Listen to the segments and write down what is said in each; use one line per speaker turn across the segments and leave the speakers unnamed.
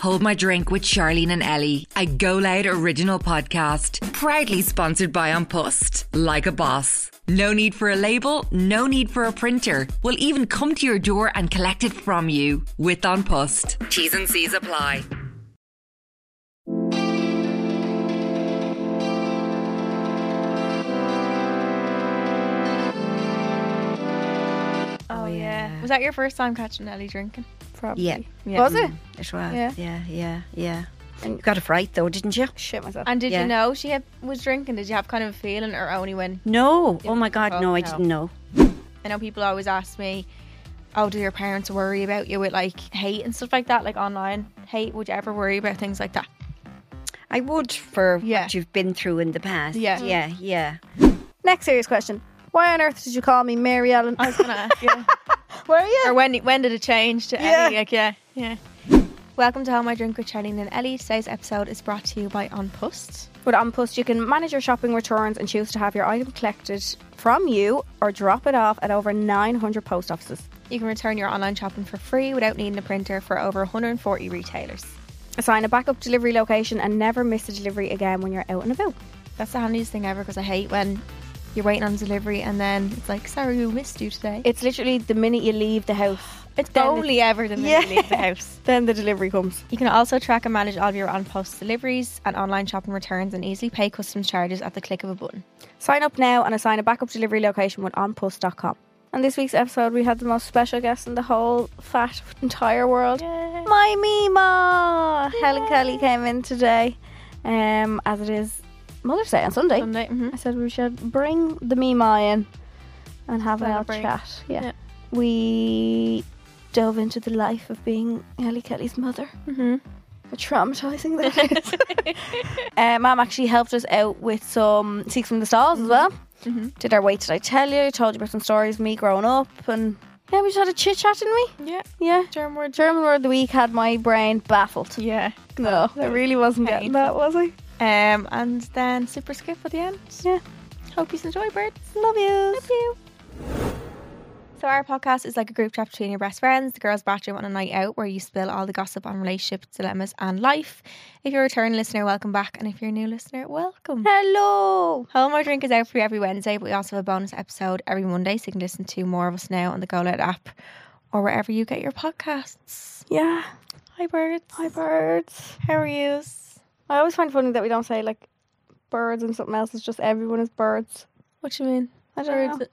Hold My Drink with Charlene and Ellie, a Go Loud original podcast, proudly sponsored by On Post, like a boss. No need for a label, no need for a printer. We'll even come to your door and collect it from you with On Post. T's and C's apply.
Oh, yeah. Was that your first time catching Ellie drinking? Probably.
Yeah.
Was it?
It was.
Yeah.
Yeah. Yeah. Yeah. And you got a fright though, didn't you?
Shit myself.
And did
Yeah.
you know she had, was drinking? Did you have kind of a feeling or only when?
No.
Yeah.
Oh my God.
Oh,
no, I
no.
didn't know.
I know people always ask me, oh, do your parents worry about you with like hate and stuff like that, like online hate? Would you ever worry about things like that?
I would for
Yeah.
what you've been through in the past.
Yeah.
Yeah. Yeah.
Next serious question. Why on earth did you call me Mary Ellen?
I was going to ask you.
Were you?
or when when did it change to
Yeah.
Ellie? Like, yeah, yeah. Welcome to How My Drink with Charlene and Ellie. Today's episode is brought to you by On Post.
With OnPost, you can manage your shopping returns and choose to have your item collected from you or drop it off at over 900 post offices.
You can return your online shopping for free without needing a printer for over 140 retailers.
Assign a backup delivery location and never miss a delivery again when you're out and about.
That's the handiest thing ever because I hate when you're waiting on delivery and then it's like, sorry, we missed you today.
It's literally the minute you leave the house,
It's
then
only ever the minute you leave the house.
then the delivery comes.
You can also track and manage all of your on post deliveries and online shopping returns and easily pay customs charges at the click of a button.
Sign up now and assign a backup delivery location with onpost.com. And this week's episode, we had the most special guest in the whole fat entire world. My Mima! Helen Kelly came in today, um, as it is Mother's Day on Sunday.
Sunday,
I said we should bring the Mima in and have
Have a
a little
break.
chat. Yeah.
Yeah.
We dove into the life of being Ellie Kelly's mother.
Mm-hmm.
How traumatizing that is. uh, Mum actually helped us out with some Seeks from the Stalls as well.
Mhm.
Did our Wait Did I Tell You? Told you about some stories of me growing up. And yeah, we just had a chit chat, didn't we?
Yeah.
Yeah.
German word.
German word of the week had my brain baffled.
Yeah.
No, I really wasn't getting that, was I?
Um, and then super skip at the end.
Yeah.
Hope you enjoy, birds.
Love you.
Love you. So our podcast is like a group chat between your best friends, the girls' bathroom on a night out where you spill all the gossip on relationships, dilemmas, and life. If you're a return listener, welcome back, and if you're a new listener, welcome.
Hello.
Home or Drink is out for you every Wednesday, but we also have a bonus episode every Monday, so you can listen to more of us now on the Go Loud app or wherever you get your podcasts.
Yeah.
Hi, birds.
Hi, birds.
How are you?
I always find funny that we don't say like birds and something else. It's just everyone is birds.
What you mean?
I don't
Birds.
know.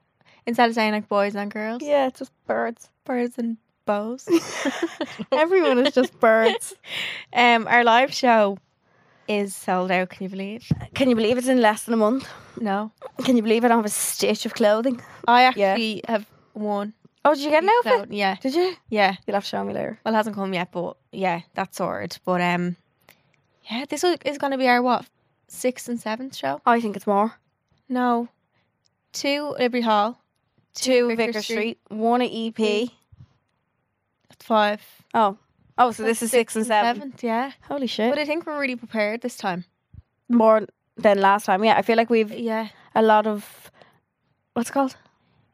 Instead of saying like boys and girls,
Yeah, it's just birds.
birds and bows.
Everyone is just birds.
Um, our live show is sold out. Can you believe?
Can you believe it's in less than a month?
No,
Can you believe I don't have a stitch of clothing?
I
Yeah.
actually have won.
Oh, did you get an outfit?
So, yeah,
Did you?
yeah.
You'll have to show me later.
Well, it hasn't come yet, but yeah, that's sorted. But um, yeah, this is- is going to be our what sixth and seventh show.
I think it's more.
No, two Liberty Hall,
Two
Vicar
Vicar, Street, one at EP.
five.
Oh. Oh, so this is six and seven.
Seventh, yeah.
Holy
But
shit.
I think we're really prepared this time.
More than last time. Yeah, I feel like we've
Yeah,
a lot of what's it called?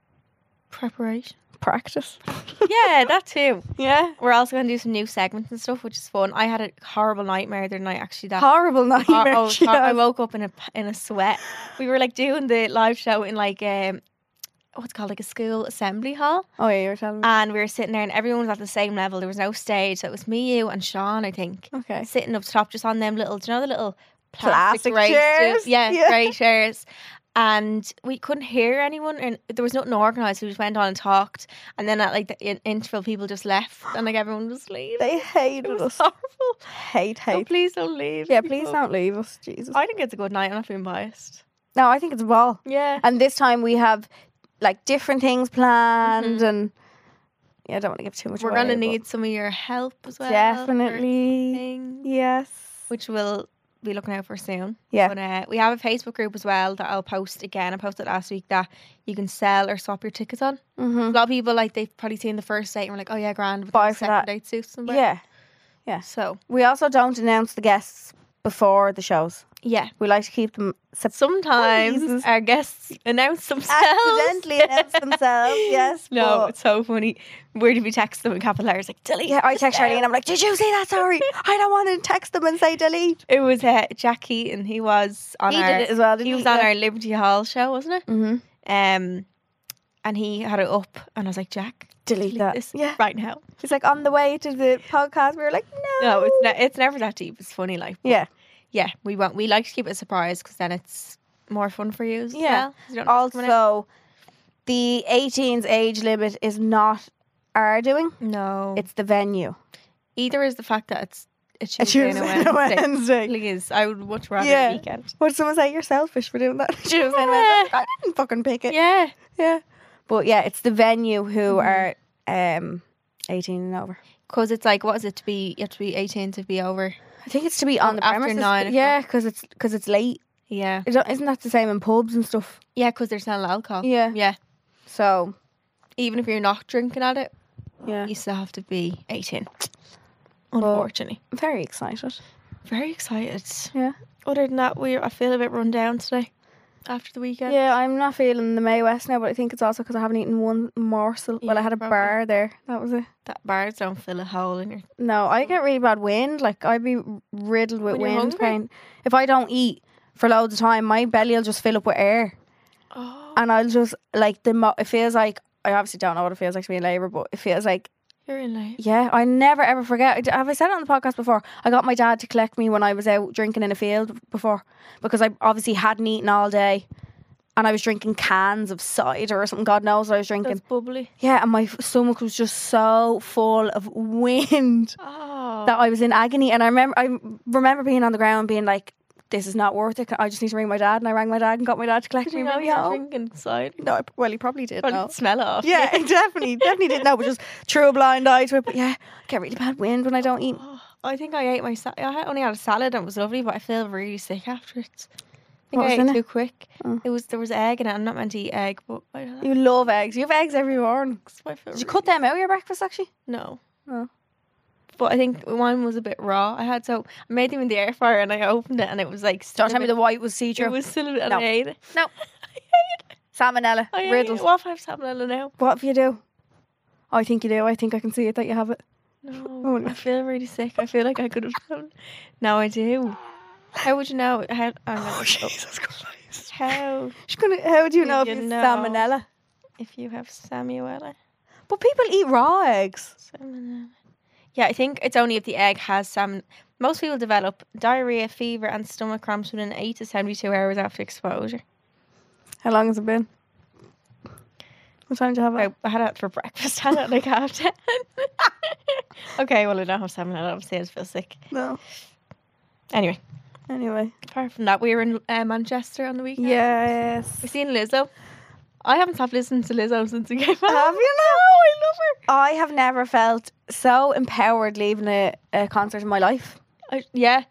preparation.
Practice.
yeah, that too.
Yeah.
We're also going to do some new segments and stuff, which is fun. I had a horrible nightmare the other night. Actually, that
Horrible
Oh,
nightmare.
oh,
she
sorry, I
has.
woke up in a in a sweat. We were like doing the live show in like um what's it called like a school assembly hall,
oh yeah, you were telling me.
and we were sitting there, and everyone was at the same level. There was no stage, so it was me, you, and Sean, I think,
Okay.
uh, sitting up top, just on them little, do you know, the little
Plastic
grey
chairs?
stu- yeah,
Yeah.
grey chairs. And we couldn't hear anyone, and there was nothing organised. so We just went on and talked, and then at like the in- interval, people just left, and like everyone was leaving.
They
it
hated
was
us.
horrible.
Hate,
Oh,
hate.
please don't leave.
Yeah, please
people.
don't leave us, Jesus.
I think it's a good night. I'm not being biased.
No, I think it's a ball.
Yeah.
And this time we have like different things planned, and yeah, I don't want to give too much.
Mm-hmm. We're
away,
going to
but
need uh, some of your help as well. for
definitely
things,
yes,
Which we'll be looking out for soon.
yeah.
But uh, we have a Facebook group as well that I'll post again. I posted last week that you can sell or swap your tickets on. A
hmm
lot of people, like, they've probably seen the first date and were like, oh, yeah, grand. But
Buy
then the
for
second
that.
date suits them. better.
Yeah,
So,
we also don't announce the guests before the shows. Yeah, we like to keep them sep-
Sometimes
Please.
our guests announce themselves.
accidentally announce themselves. Yes.
No,
but-
it's so funny. Where did we text them in capital letters? Like, delete.
Yeah, I
this
text Charlene
now."
and I'm like, did you see that? Sorry, I don't want to text them and say delete.
It was uh, Jackie, and he was on
He
our.
did it as well, didn't
he
he?
was on
Yeah.
our Liberty Hall show, wasn't it?
Mm-hmm.
Um, and he had it up, and I was like, Jack,
Delete that.
this
Yeah.
right now.
It's like on the way to the podcast, we were like, no.
No, it's ne- it's never that deep. It's funny, like but
Yeah.
yeah. We want we like to keep it a surprise because then it's more fun for you. As
Yeah.
well, 'cause you don't know what's coming out.
Also, the 18's age limit is not our doing.
no, it's
It's the venue.
either is the fact that it's a Tuesday, and
and
a Wednesday.
Wednesday.
Please, I would much rather
Yeah.
a weekend.
Would someone say you're selfish for doing that? Tuesday and
Yeah.
Wednesday. I didn't fucking pick it.
Yeah,
Yeah. But yeah, it's the venue who
Mhm.
are um, 18 and over.
because it's like what is it to be? You have to be eighteen to be over.
I think it's to be on
Oh,
the
after
premises.
nine o'clock.
yeah, because it's because it's late.
Yeah,
It don't- Isn't that the same in pubs and stuff?
yeah, because there's not alcohol.
Yeah.
yeah.
So
Even if you're not drinking at it,
yeah,
you still have to be eighteen. Unfortunately,
I'm very excited.
very excited.
Yeah.
Other than that, we I feel a bit run down today after the weekend.
Yeah, I'm not feeling the May West now, but I think it's also because I haven't eaten one morsel. well, I
Yeah,
had a
probably.
bar there. That was it.
That bars don't fill a hole in your.
No, I get really bad wind. Like I'd be riddled with
When you're
wind
hungry?
pain if I don't eat for loads of time. My belly'll just fill up with air,
Oh,
and I'll just like the. Mo- it feels like I obviously don't know what it feels like to be in labour, but it feels like
you're in late.
Yeah, I never ever forget. I d- Have I said it on the podcast before? I got my dad to collect me when I was out drinking in a field before because I obviously hadn't eaten all day and I was drinking cans of cider or something. God knows what I was drinking.
bubbly.
yeah, and my f- stomach was just so full of wind
Oh,
that I was in agony. And I remember, I remember being on the ground being like, this is not worth it. I just need to ring my dad. And I rang my dad and got my dad to collect
did
me.
you
and
know
bring me
you were
home.
drinking cider?
No, I- well, he probably did.
Well,
no.
it'd smell off.
Yeah, it definitely, definitely didn't know. But just threw a blind eye to it. But yeah, I get really bad wind when I don't eat.
Oh, I think I ate my. Sa- I had- only had a salad and it was lovely, but I feel really sick after it. I think
What was
I
in
ate
it?
too quick.
Oh.
It was there was egg in it. I'm not meant to eat egg, but I don't know.
You love eggs. You have eggs every morning.
It's my favorite.
Did you cut them out of your breakfast actually?
No.
Oh.
But I think mine was a bit raw. I had so I made them in the air fryer and I opened it and it was like.
Don't tell me the white was see
It
through.
was still a bit.
No.
And I ate it.
No. Salmonella.
I ate
riddles.
it. What if I have salmonella now?
What if you do? Oh, I think you do. I think I can see it that you have it.
No,
Oh, no.
I feel really sick. I feel like I could have done. Now I do. How would you know? How, I'm gonna look up.
Oh, Christ.
How
She's gonna, how do you
Do
know
you
if it's
know?
salmonella?
if you have Samuela?
But people eat raw eggs.
Salmonella. Yeah, I think it's only if the egg has salmon. Most people develop diarrhea, fever, and stomach cramps within eight to seventy-two hours after exposure.
How long has it been? What time did you have it?
I, I had it for breakfast. I had it like half ten. okay, well I don't have salmonella. Obviously, I just feel sick.
No.
Anyway,
Anyway.
apart from that, we were in uh, Manchester on the weekend.
Yes.
We've seen Lizzo. I haven't stopped listening to Lizzo since we came out.
Have you
No, I love her.
I have never felt so empowered leaving a, a concert in my life.
I, yeah,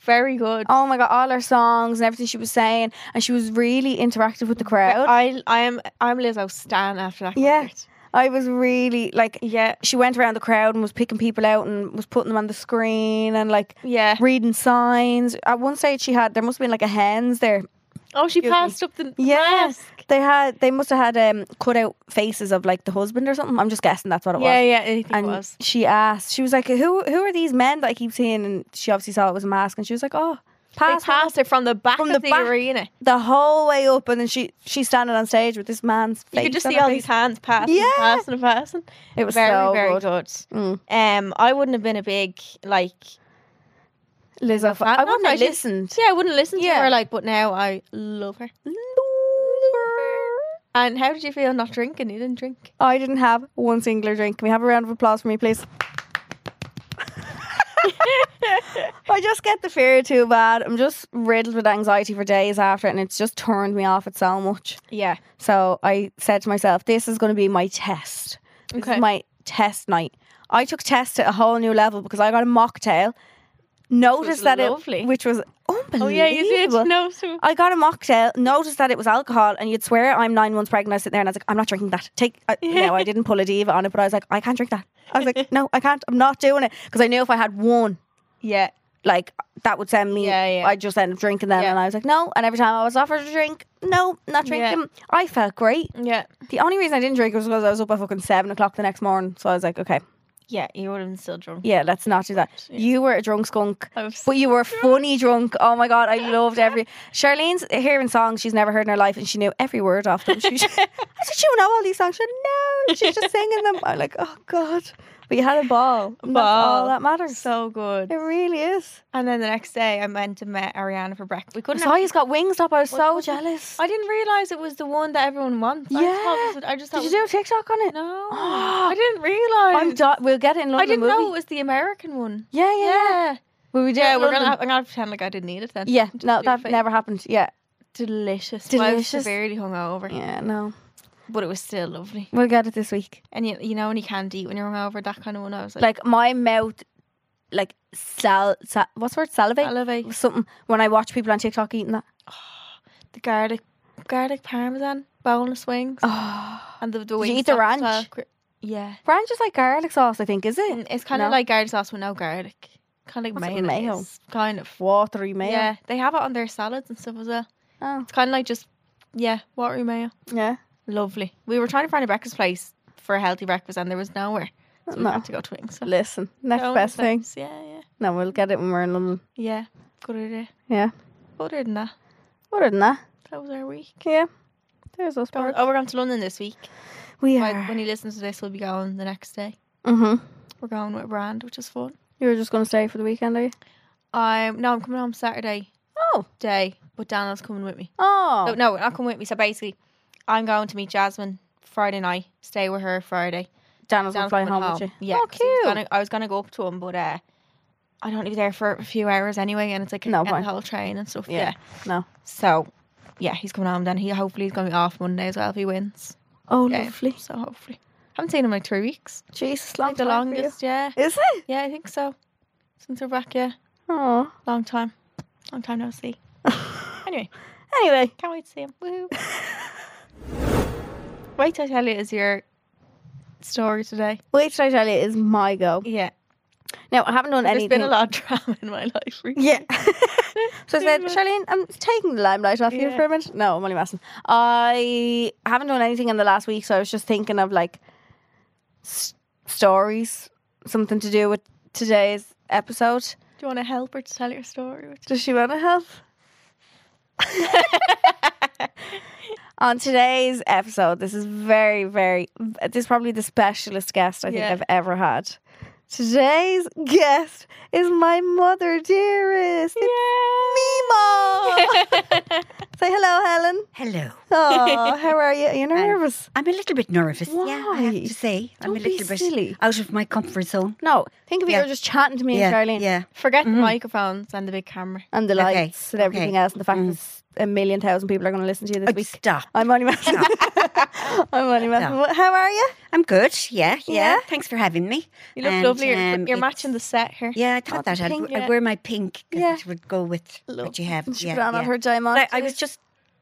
very good.
Oh my god, all her songs and everything she was saying, and she was really interactive with the crowd.
I I am I'm Lizzo stan after that.
Yeah.
concert.
I was really like,
yeah,
she went around the crowd and was picking people out and was putting them on the screen and like
yeah.
reading signs. At one stage, she had there must have been like a hens there.
Oh, she
Excuse me.
passed up the
Yes.
mask.
They had they must have had um, cut out faces of like the husband or something. I'm just guessing that's what it was.
Yeah, yeah, anything
And
was.
she asked, she was like, "Who who are these men that I keep seeing?" And she obviously saw it was a mask, and she was like, "Oh, pass
They passed her from the back
From
of
the
the,
back.
arena.
the whole way up." And then she she's standing on stage with this man's face.
You could just
on
see
her
all
face.
these hands passing,
Yeah.
and passing, and passing.
It was
very,
so
very
good.
good.
Mm.
Um, I wouldn't have been a big like.
Lizzo,
fan.
I
No,
wouldn't
I
have
just-
listened.
Yeah, I wouldn't listen
Yeah.
to her like, but now I love her. And how did you feel not drinking? You didn't drink.
I didn't have one singular drink. Can we have a round of applause for me, please? I just get the fear too bad. I'm just riddled with anxiety for days after, it, and it's just turned me off at so much.
Yeah.
So I said to myself, "This is going to be my test. This
Okay.
is my test night." I took tests to a whole new level because I got a mocktail. Noticed that
lovely.
it, which was unbelievable.
Oh yeah, you did. No, so
I got a mocktail, noticed that it was alcohol, and you'd swear I'm nine months pregnant. I was sitting there and I was like, I'm not drinking that. Take I, no, I didn't pull a diva on it, but I was like, I can't drink that. I was like, no, I can't. I'm not doing it because I knew if I had one,
yeah,
like that would send me.
Yeah, yeah.
I just end up drinking then,
Yeah.
and I was like, no. And every time I was offered a drink, no, not
Yeah.
drinking. I felt great.
Yeah.
The only reason I didn't drink was because I was up at fucking seven o'clock the next morning. So I was like, okay,
Yeah, you would have been still drunk.
yeah, let's not do that.
Yeah.
You were a drunk skunk.
I was
But you were funny drunk. Oh my god, I loved every Charlene's hearing songs she's never heard in her life, and she knew every word of them. She, I said, "You know all these songs?" She said, "No." She's just singing them. I'm like, "Oh god," but you had a ball. And that's all
Ball.
that matters.
so good.
It really is.
And then the next day, I went and met Ariana for breakfast. We couldn't.
So he's got wings up. I was so
couldn't-
jealous.
I didn't realize it was the one that everyone wants. I just thought it was- I just thought
Did you
it
do a TikTok on it?
was- No, I didn't realize.
I'm di- we'll get it in London
I didn't
movie.
know it was the American one.
Yeah, yeah, yeah. Will we do it
Yeah,
in
we're gonna.
London?
Have, I'm gonna have to pretend like I didn't need it then.
Yeah,
Just
no,
do
that
fake.
never happened. Yeah,
delicious. Well, I was
Delicious.
severely hungover,
yeah, no.
but it was still lovely.
We'll get it this week.
And you, you know, when you can't eat when you're hungover, that kind of one. I was like,
Like my mouth, like sal, sal what's the word? Salivate.
elevate
something when I watch people on TikTok eating that.
the garlic, garlic parmesan, boneless wings,
Oh.
and the, the
Did
wings.
you eat the
that-
ranch?
that- Yeah,
Ranch is like garlic sauce, I think, is it?
Mm, it's kind of
No.
like garlic sauce with no garlic, kind of like
What's it,
mayo.
mayo?
kind of.
Watery mayo.
Yeah, they have it on their salads and stuff as well.
Oh.
It's kind of like just yeah, watery mayo.
Yeah.
Lovely. We were trying to find a breakfast place for a healthy breakfast, and there was nowhere, so we
No.
had to go to wings. So.
Listen, next
Boneless
best thing.
wings, Yeah, yeah,
No, we'll get it when we're in London.
yeah. Good idea.
Yeah.
Other than that,
Other than that,
that was our week.
yeah. There's us.
Go-
birds.
Oh, we're going to London this week.
we
By-
are.
when you listen to this, we'll be going the next day.
Mm-hmm.
We're going with Brand, which is fun.
You were just going to stay for the weekend, are you?
Um, no, I'm coming home Saturday
Oh.
day, but Daniel's coming with me.
Oh.
So, no, not coming with me. So basically, I'm going to meet Jasmine Friday night. Stay with her Friday.
Daniel's going
Daniel's
to fly home,
coming
with you.
Yeah,
Oh,
'cause he was
cute.
gonna- I was gonna go up to him, but uh, I'd only be there for a few hours anyway, and it's like
No
getting
point.
the whole train and stuff.
Yeah.
Yeah.
No.
So, yeah, he's coming home. Then he hopefully he's gonna be off Monday as well if he wins.
Oh,
Yeah,
lovely.
So hopefully, haven't seen him in like three weeks.
Jesus, long
Like the
time for you.
longest, yeah.
Is it?
Yeah, I think so. Since we're back, yeah.
Oh.
Long time. Long time no see. anyway,
Anyway.
can't wait to see him. Woo! wait till I tell you is your story today.
Wait till I tell you, is my go.
Yeah.
Now, I haven't done
There's
anything.
been a lot of drama in my life recently.
Yeah. so I said,
much.
Charlene, I'm taking the limelight off you
Yeah.
for a minute. No, I'm only messing. I haven't done anything in the last week, so I was just thinking of like s- stories, something to do with today's episode.
Do you want to help her to tell your story? Which-
Does she want to help? On today's episode, this is very, very, this is probably the specialist guest I think
Yeah.
I've ever had. Today's guest is my mother dearest. It's Mimo. Say hello, Helen.
Hello.
Oh, how are you? Are you nervous?
I'm a little bit nervous. Yeah, I have
Why?
to say. I'm a
Don't be
little bit
silly.
out of my comfort zone.
No, think of it,
Yeah.
you're just chatting to me
yeah,
and Charlene
yeah.
Forget
Mm-hmm.
the microphones and the big camera.
and the
Okay,
lights and everything
okay.
else and the fact
Mm.
that a million thousand people are going to listen to you this
Oh,
week.
Stop.
I'm only messing. I'm only messing.
No.
How are you?
I'm good. Yeah, yeah.
Yeah?
Thanks for having me.
You look
And,
lovely. You're,
um,
you're
it's-
matching the set here.
Yeah, I thought
the
that. I'd,
pink,
I'd
yeah.
wear my pink. 'cause
Yeah.
It would go with what you have.
She
yeah,
put on
yeah.
her diamond.
But I, I was just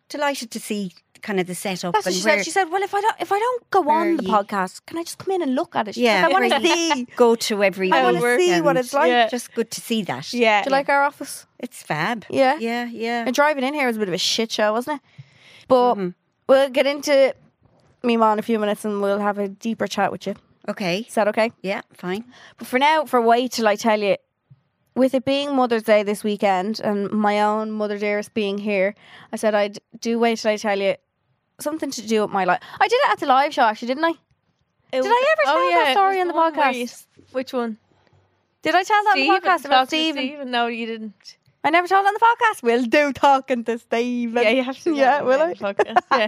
delighted to see kind of the setup.
That's what
and
she
where,
said. She said, "Well, if I don't, if I don't go
Where
on the
ye-
podcast, can I just come in and look at it?" She's
yeah,
like, I want to
every-
see.
Go to every.
I want to
week
see what
and
it's like.
Yeah.
Just good to see that.
Yeah.
Do you like our office?
It's fab.
Yeah.
Yeah, yeah.
And driving in here was a bit of a shit show, wasn't it? But
Mm-hmm.
we'll get into Mima in a few minutes, and we'll have a deeper chat with you.
Okay.
Is that okay?
Yeah, fine.
But for now, for wait till I tell you, with it being Mother's Day this weekend and my own Mother Dearest being here, I said I'd do wait till I tell you something to do with my life. I did it at the live show, actually, didn't I?
It
Did I ever
oh,
tell
yeah,
that
it
story
was
on the
one where
podcast?
you s- which one?
Did I tell that on the
Stephen,
podcast about
talk to
Stephen?
Stephen? No, you didn't.
I never told on the podcast. We'll do talking to Stephen.
Yeah, you have to. do
Yeah,
that
will
on
I?
the podcast.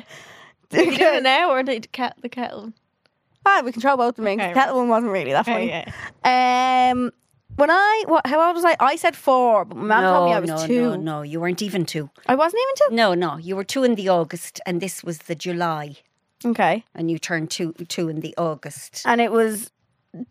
Yeah. Are you doing it
Okay.
now or the cat the kettle?
Ah, we control both of them.
Okay.
That one wasn't really that funny.
yeah.
Um, when I what? How old was I? I said four, but my mum
no,
told me I was
no,
two.
no, no. You weren't even two.
I wasn't even
No, no. You were two in the August, and this was the July,
two. Okay.
and you turned two two in the August.
And it was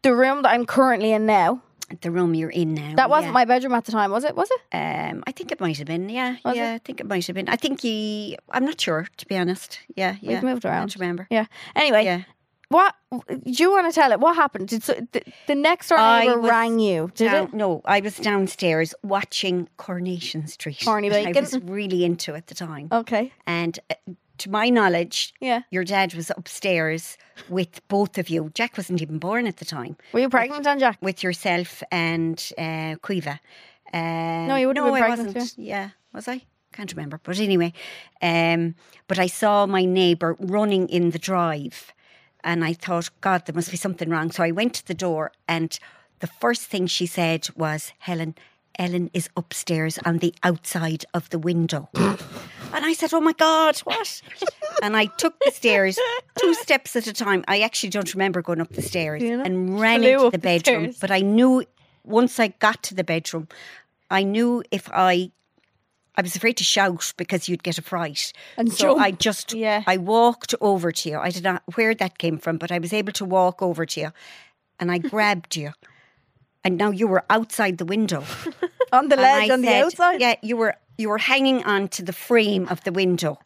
the room that I'm currently in now.
The room you're in now.
That wasn't
Oh, yeah.
my bedroom at the time, was it? Was it?
Um, I think it might have been. Yeah,
Was
yeah. I think it might have been. I think you. I'm not sure, to be honest. Yeah, yeah.
We've moved
I
around.
don't remember.
Yeah. Anyway,
Yeah.
What do you want to tell it? What happened? Did so, the, the next door
I
neighbor
was
rang you? Did
Down-
it?
No, I was downstairs watching Coronation Street.
Corny
which I
bacon.
was really into at the time.
Okay.
And uh, to my knowledge,
Yeah.
your dad was upstairs with both of you. Jack wasn't even born at the time.
Were you pregnant on Jack?
With yourself and uh, Cueva. Um,
you would have
no,
been
I
pregnant,
wasn't. Yeah, was I? Can't remember. But anyway, um, but I saw my neighbour running in the drive, and I thought, God, there must be something wrong. So I went to the door, and the first thing she said was, Helen. Ellen is upstairs on the outside of the window. and I said, Oh my God, what? and I took the stairs two steps at a time. I actually don't remember going up the stairs
you know?
and ran
Flew
into
up
the
the
bedroom.
stairs.
but I knew once I got to the bedroom, I knew if I I was afraid to shout because you'd get a fright.
And
so
jump.
I just
Yeah.
I walked over to you. I did not where that came from, but I was able to walk over to you and I grabbed you. And now you were outside the window.
On the
And
ledge,
I
on the
said,
outside.
Yeah, you were you were hanging on to the frame of the window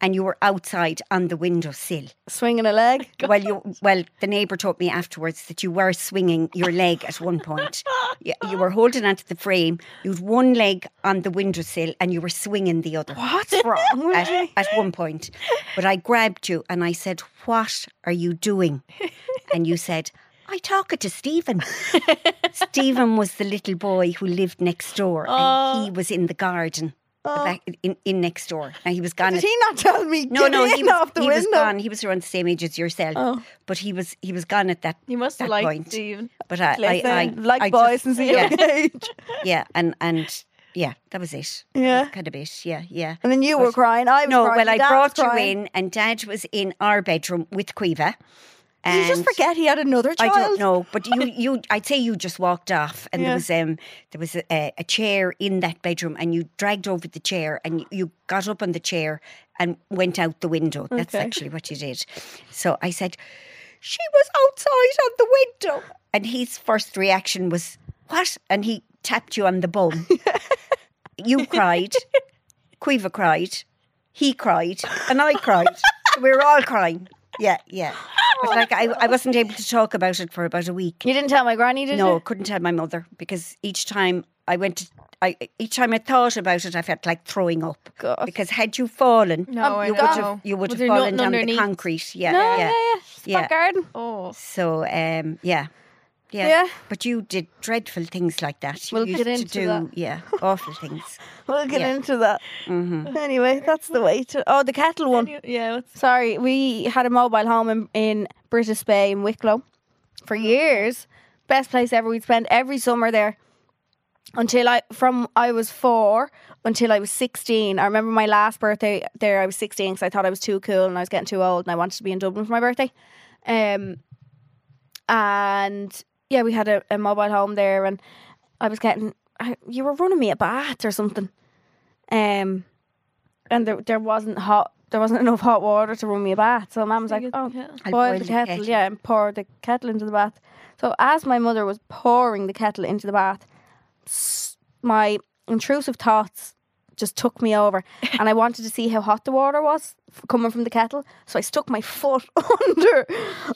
and you were outside on the windowsill.
Swinging a leg.
Well, you well, the neighbour told me afterwards that you were swinging your leg at one point. you, you were holding onto the frame. You'd one leg on the windowsill and you were swinging the other
What's wrong with
at,
you?
at one point. But I grabbed you and I said, "What are you doing?" And you said. I talk it to Stephen. Stephen was the little boy who lived next door, and he
Oh.
was in the garden, the back, in, in next door. Now he was gone.
Did
at-
he not tell me?
no,
Get
no,
in
he was,
off the
he was
window.
gone. He was around the same age as yourself,
Oh.
but he was he was gone at that.
You must
that
have liked
point.
Stephen.
Um,
But I, I,
Listen,
I
like
I
boys
just-
since a
yeah,
young age.
yeah, and and yeah, that was it. That was
Yeah.
kind of it. Yeah, yeah.
And then you were crying. I was
No,
crying.
well, I
Dad was
brought you
crying.
in, and Dad was in our bedroom with Quiva.
Did you just
and-
forget he had another
I
child?
don't know, but you, you, I'd say you just walked off, and
Yeah.
there was um, there was a- a, a chair in that bedroom, and you dragged over the chair, and you, you got up on the chair and went out the window. That's
Okay.
actually what you did. So I said, "She was outside on the window," and his first reaction was, "What?" and he tapped you on the bum. you cried, Quiva cried, he cried, and I cried. we were all crying. Yeah, yeah. But like I, I wasn't able to talk about it for about a week.
You didn't tell my granny, did
No,
you?
couldn't tell my mother because each time I went to I, each time I thought about it, I felt like throwing up.
God.
Because had you fallen,
No, I
you would
know.
have you would
Was
have
there
fallen
nothing
down
underneath?
the concrete. Yeah,
No, yeah,
yeah.
yeah. It's
yeah.
back garden.
Oh,
So um, yeah. Yeah.
Yeah.
but you did dreadful things like that. You
We'll
used
get
to
into
do,
that.
yeah, awful things.
We'll get
Yeah.
into that.
hmm
Anyway, that's the way to. Oh, the kettle one.
yeah. What's
Sorry, we had a mobile home in, in British Bay in Wicklow for years. Best place ever. We'd spend every summer there until I from I was four until I was sixteen. I remember my last birthday there. I was sixteen because I thought I was too cool and I was getting too old and I wanted to be in Dublin for my birthday. Um, and yeah, we had a, a mobile home there, and I was getting I, you were running me a bath or something. Um, and there there wasn't hot. There wasn't enough hot water to run me a bath. So mum was like,
Get the
"Oh,
kettle."
I'll
boil the kettle, yeah, and pour the kettle into the bath." So as my mother was pouring the kettle into the bath, s- my intrusive thoughts just took me over, and I wanted to see how hot the water was f- coming from the kettle. So I stuck my foot under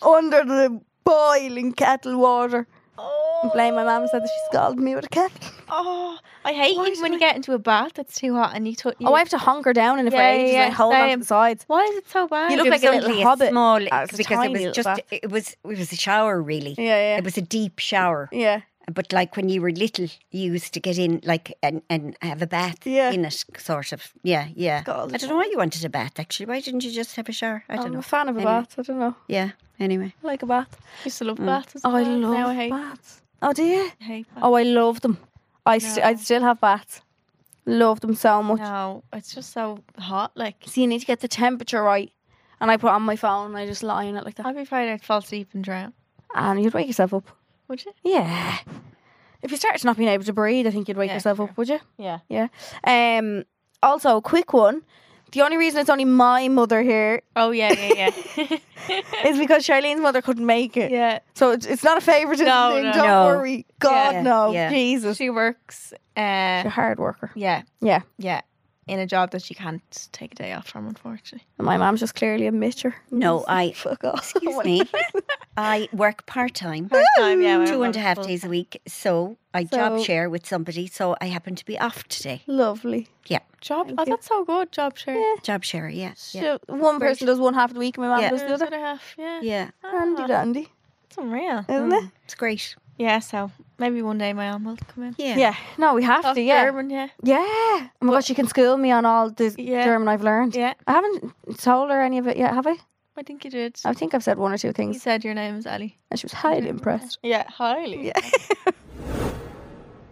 under the boiling kettle water.
oh,
And blame my mum said that she scalded me with a kettle.
oh, I hate
Why
you
did
when
I-
you get into a bath that's too hot and you. took. you
Oh, I have to hunker down in it for
Yeah,
ages
yeah,
and hold on
same.
to the sides.
Why is it so bad?
You look
It
like
was
a little
only
hobbit.
Small,
Ah, it's a
because
tiny
it was
little
just
bath.
it was it was a shower really.
Yeah,
It was a deep shower.
yeah,
But like when you were little, you used to get in like and, and have a bath
Yeah.
in it, sort of. Yeah, yeah.
God.
I don't know why you wanted a bath actually. Why didn't you just have a shower? I
yeah.
don't
I'm
know.
a fan of a
Anyway.
bath. I don't know.
Yeah. Anyway.
I like a bath.
I used to love baths. as
Oh, I
well.
love
now I hate,
baths. Oh, do you?
hate baths.
Oh, I love them. I st- I
No.
still have baths. Love them so much.
no, it's just so hot. Like
So you need to get the temperature right. And I put on my phone and I just lie in it like that.
I'd be afraid I'd fall asleep and drown.
And you'd wake yourself up.
Would you?
Yeah. If you started not being able to breathe, I think you'd wake
Yeah,
yourself up, would you?
Yeah.
Yeah. Um. Also, a quick one. The only reason it's only my mother here
Oh yeah, yeah, yeah.
is because Charlene's mother couldn't make it.
yeah.
So it's, it's not a favouritism
No,
thing.
no.
Don't
No.
worry. God,
Yeah.
no.
Yeah.
Jesus.
She works. Uh,
She's a hard worker.
yeah,
Yeah.
yeah. in a job that she can't take a day off from, unfortunately.
And my mom's just clearly a mitcher.
No, I
Fuck off.
excuse me. I work part time,
Time, yeah,
two and a half days a week. So I job
So-
share with somebody. So I happen to be off today.
Lovely.
Yeah,
Job, oh, that's so good. Job share. Yeah.
job share. Yeah, yeah,
So one person does one half of the week and my mom
Yeah.
does the other.
and a half. Yeah.
yeah.
Handy dandy,
It's unreal.
isn't it?
It's great.
Yeah, so maybe one day my arm will come in.
Yeah,
Yeah. No, we have
Talk
to. Yeah.
German, yeah.
Yeah. Oh my gosh, you can school me on all the
Yeah.
German I've learned.
Yeah.
I haven't told her any of it yet, have I?
I think you did.
I think I've said one or two
You
things,
said your name is Ali.
and she was highly impressed.
Yeah, highly.
Yeah.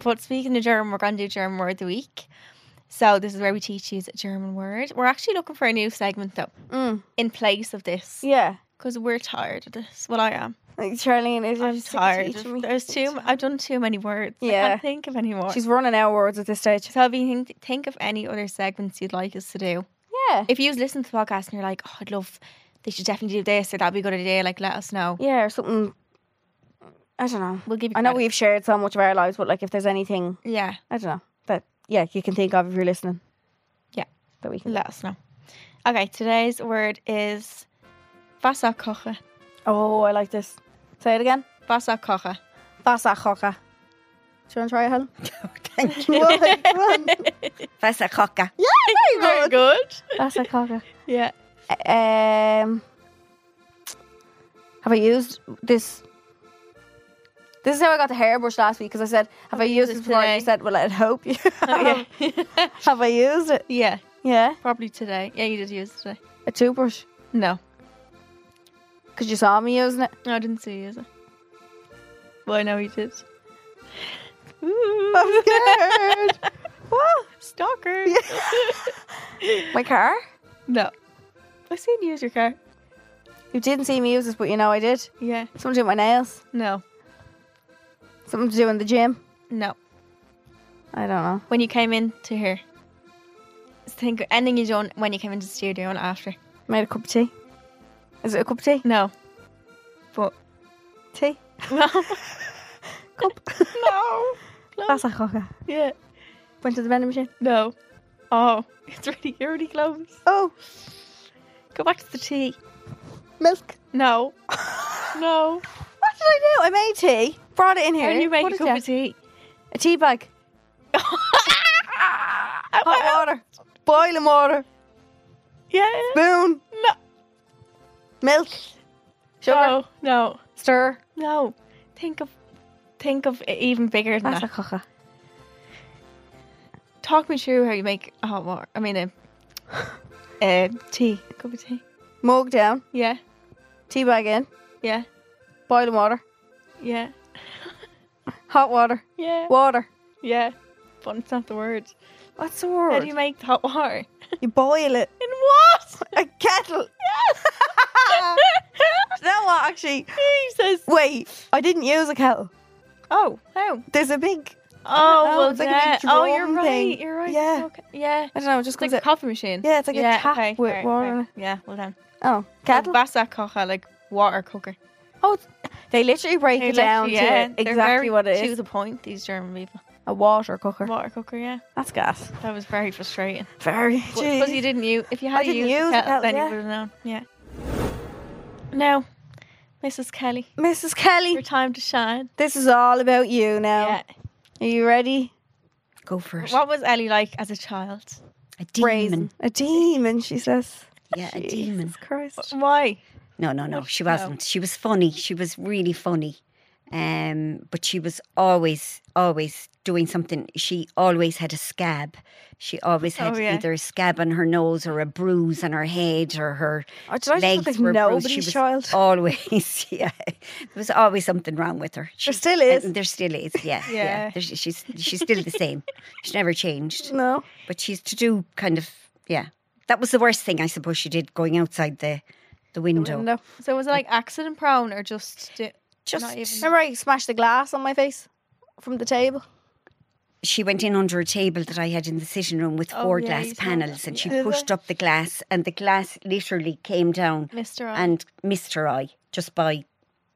But speaking of German, we're going to do German word of the week. So this is where we teach you a German word. We're actually looking for a new segment though,
mm.
in place of this,
Yeah.
because we're tired of this. Well, I am.
Like Charlene is
I'm
just
tired.
teaching me.
of- There's too. m- I've done too many words. I
Yeah.
can't think of any more.
She's running out of words at this stage.
so if you think, think of any other segments you'd like us to do,
Yeah.
if you listen to the podcast and you're like, oh, I'd love, they should definitely do this or that'd be a good idea. Like, let us know.
Yeah, or something. I don't know.
We'll give you.
I know
credit.
we've shared so much of our lives, but like if there's anything,
Yeah,
I don't know, that yeah, you can think of if you're listening.
Yeah.
That we can.
let us know. Okay, today's word is Wasserkocher.
Oh, I like this. Say it again.
Wasserkocher.
Wasserkocher. Do you want to try it, Helen?
Thank you.
Come on, come on.
Wasserkocher.
Very good.
Wasserkocher.
Yeah.
Um, have I used this? This is how I got the hairbrush last week because I said, "Have I used
it
this before?"
today?
And you said, "Well, I'd hope you."
Oh,
have.
yeah.
have I used it?
yeah,
Yeah,
probably today. Yeah, you did use it today.
a toothbrush
No,
because you saw me using it.
no, I didn't see you use it. Well, I know you did.
I'm scared. what?
Stalker.
My car?
no. I seen you use your car.
You didn't see me use this, but you know I did.
Yeah.
Something to do with my nails.
No.
Something to do in the gym.
No.
I don't know.
When you came in to here. Think of anything you done when you came into the studio and after.
Made a cup of tea. Is it a cup of tea?
No. But
Tea.
no.
Cup.
no.
That's a cocker.
Yeah.
Went to the vending machine.
No. Oh, it's really you're really close.
Oh,
Go back to the tea.
milk.
No. no.
What did I do? I made tea, brought it in here.
How do you make
put
a
it
cup
down.
of tea?
A tea bag,
Ah! Oh,
hot water, boiling water,
Yeah.
spoon,
No.
milk, sugar,
No. No.
stir.
No. Think of think of it even bigger than
That's a
that.
cocker.
Talk me through how you make a hot water. I mean a, a tea. Cup of tea.
Mug down,
Yeah.
tea bag in,
Yeah.
boiling water,
Yeah.
hot water,
Yeah.
water.
Yeah. But it's not the word.
What's the word?
How do you make the hot water?
You boil it.
In what?
A kettle. you know what? Actually,
Jesus.
wait. I didn't use a kettle.
Oh. How?
There's a big.
Oh,
know,
well,
it's like a
yeah.
big
oh, you're
drum
right.
thing.
You're right.
Yeah.
Okay. Yeah.
I don't know. It just
It's like
comes
a
out.
coffee machine.
Yeah, it's like a tap
okay,
with
right,
water
right.
in it.
Yeah, well done.
Oh,
Kettle?
kettle.
Basa kocha, like water cooker.
Oh, they literally break
They
it down
literally- yeah,
to
they're
exactly
very
what it
To
is.
the point, these German people.
A water cooker.
Water cooker, yeah.
That's gas.
That was very frustrating.
Very.
Because you didn't use, if you had
didn't
used the
use the
kettle,
kettle,
then
yeah.
you would have known. Yeah. Now, Mrs. Kelly,
Mrs.
your
Kelly,
time to shine.
this is all about you now.
Yeah.
Are you ready?
Go for it.
What was Ellie like as a child?
A
Brazen.
demon.
A demon, she says.
Yeah, a
Jesus
demon.
Christ.
Why?
No, no, no.
What-
She
no.
wasn't. She was funny. She was really funny. Um, but she was always, always doing something. She always had a scab. She always had
Oh, yeah.
either a scab on her nose or a bruise on her head or her
Oh, did I just look
legs
like
were bruised. She
nobody's
was
child?
always, yeah. There was always something wrong with her. She,
still is.
and there still is, yeah. yeah.
Yeah.
There's- she's, she's still the same. She's never changed
No.
but she's to do kind of yeah. That was the worst thing I suppose she did going outside the the window.
No.
So was it like accident prone or just. di-
Just
Not even-
Remember, I smashed the glass on my face from the table.
she went in under a table that I had in the sitting room with
Oh,
four
yeah, you
glass
said that,
panels, and she
yeah. Did
pushed up the glass, and the glass literally came down
Mr. I?
and missed her eye just by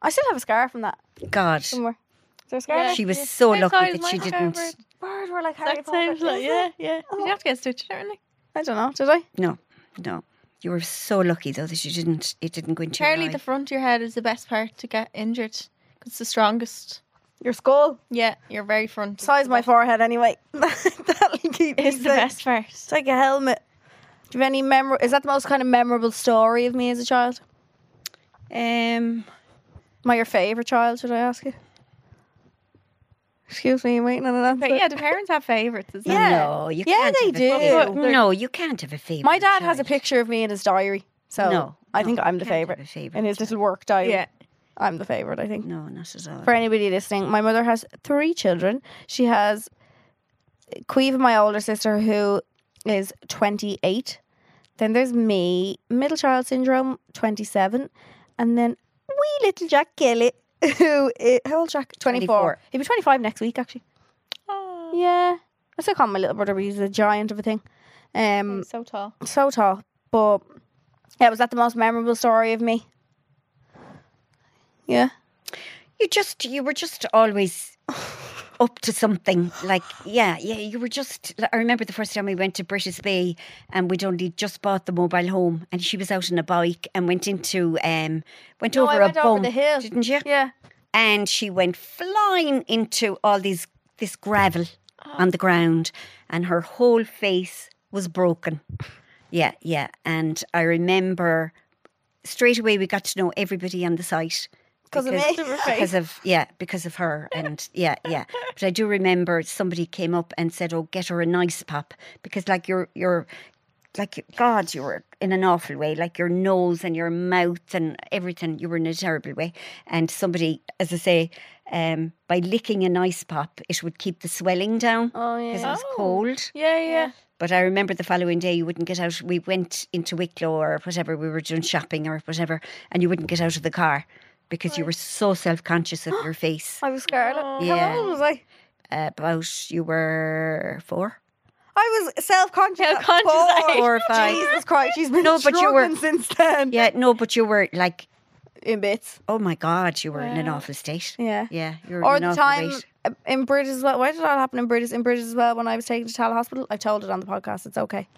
I still have a scar from that
God.
somewhere. Is there a scar? there?
She was
Yeah.
so
Same
Oh, lucky
size
that
as
she
mine,
didn't.
however.
Bird, we're like Harry
That
Potter.
sounds like
isn't
yeah,
it?
yeah. Did you have to get stitched, don't you?
I don't know. Did I?
No, no. You were so lucky though that you didn't. It didn't go into
Apparently,
your
the
eye.
front of your head is the best part to get injured. 'cause It's the strongest.
Your skull.
Yeah, your very front.
Size my forehead anyway. That'll keep me
It's
safe.
the best part.
It's like a helmet. Do you have any memor? Is that the most kind of memorable story of me as a child?
um.
Am I your favorite child? Should I ask you? Excuse me, I'm waiting on an answer.
But yeah, do parents have favourites? as well?
Yeah.
No, you
Yeah,
can't
they
have a
do.
favourite.
But they're-
No, you can't have a favorite.
My dad has a
child.
picture of me in his diary, so
No,
I
no,
think I'm
can't
the
have
favorite.
a favourite
In his little work diary,
Yeah.
I'm the favorite. I think.
No, not at all.
For anybody listening, my mother has three children. She has Queeve, my older sister, who is 28. Then there's me, middle child syndrome, 27. And then wee little Jack Kelly, who is, how old Jack? 24.
24.
He'll be 25 next week, actually. Yeah. I still call him my little brother, but he's a giant of a thing. Um,
So tall.
so tall. But yeah, was that the most memorable story of me? Yeah.
You just you were just always up to something. Like yeah, yeah. You were just. I remember the first time we went to British Bay, and we'd only just bought the mobile home, and she was out on a bike and went into um went
No, I
over a
went over
bump,
the hill.
didn't you?
Yeah.
and she went flying into all these this gravel
Oh.
on the ground and her whole face was broken yeah yeah and i remember straight away we got to know everybody on the site
'Cause of me. Of her face.
because of yeah because of her and yeah yeah but i do remember somebody came up and said oh get her a nice pop because like you're you're like God, you were in an awful way, like your nose and your mouth and everything. You were in a terrible way. And somebody, as I say, um, by licking an ice pop, it would keep the swelling down because
Oh, yeah.
it was cold.
Yeah, yeah.
But I remember the following day, you wouldn't get out. We went into Wicklow or whatever. We were doing shopping or whatever, and you wouldn't get out of the car because you were so self conscious of your face.
I was Scarlet.
Yeah.
How old was I?
About you were four.
I was self conscious.
Self-conscious, I-
Four or five.
Jesus Christ, she's been
No, but you were-
struggling since then.
Yeah, no, but you were like
In bits.
Oh my God, you were in an awful state.
Yeah.
Yeah, you were
Or
in an awful
the time
state.
uh, in British as well. Why did that happen in British? In British as well, when I was taken to Tala Hospital, I told it on the podcast. It's okay.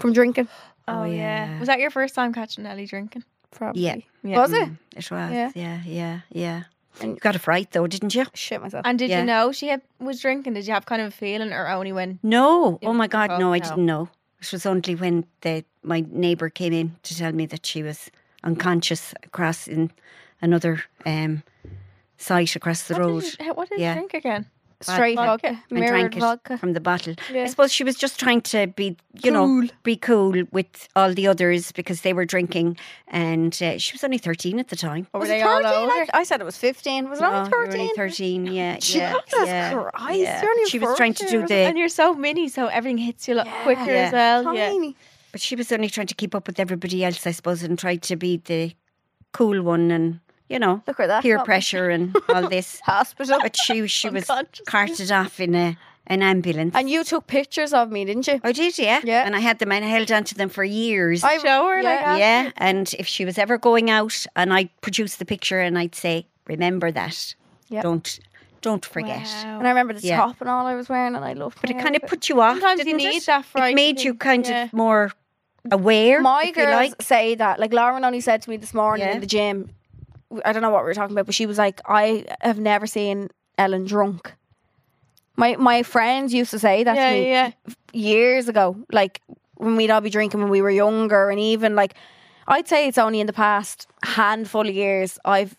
From drinking,
Oh, yeah.
yeah.
Was that your first time catching Ellie drinking?
probably. Mm.
Yeah.
Yeah.
Was it?
Mm, It was.
Yeah.
Yeah, yeah, yeah.
And-
you got a fright though, didn't you?
Shit myself.
And did
Yeah.
you know she had, was drinking? Did you have kind of a feeling or only when?
No.
Yeah,
oh my God,
oh,
no, I
no.
didn't know. It was only when the, my neighbour came in to tell me that she was unconscious across in another um, site across the
What
road.
did you, what did
Yeah.
you drink again?
Straight
vodka.
vodka,
and
mirrored
drank it
vodka.
from the bottle.
Yeah.
I suppose she was just trying to be, you know, be cool with all the others because they were drinking, and uh, she was only thirteen at the time.
Or were
Was
they
it
all
13?
over?
I, I said it was 15. Oh, Was it
Oh,
only
you were
13?
only thirteen. Yeah,
Jesus
yeah, yeah,
Christ,
yeah.
you're only
She was trying to do
14.
And
the,
you're so mini, so everything hits you a lot quicker
Yeah.
as well. Yeah.
Tiny.
but she was only trying to keep up with everybody else, I suppose, and tried to be the cool one, and you know,
Look at that.
peer
Not-
pressure and all this.
Hospital.
But she she was
Unconscious.
carted off in a an ambulance.
and you took pictures of me, didn't you?
I did, yeah,
Yeah.
and I had them and I held on to them for years.
I
Show her, like,
yeah.
after.
Yeah, and if she was ever going out, and I'd produce the picture, and I'd say, "Remember that.
Yep.
Don't, don't forget."
Wow.
And I remember the
Yeah.
top and all I was wearing, and I loved.
But
my
it kind of
outfit.
put you off.
Sometimes you
didn't
need
it?
that
It made
frightening,
you kind
yeah.
of more aware.
My
if you
girls
like.
say that. Like Lauren only said to me this morning
Yeah.
in the gym. w- I don't know what we were talking about, but she was like, "I have never seen Ellen drunk." My my friends used to say that
yeah,
to me
yeah.
years ago, like when we'd all be drinking when we were younger, and even like I'd say it's only in the past handful of years I've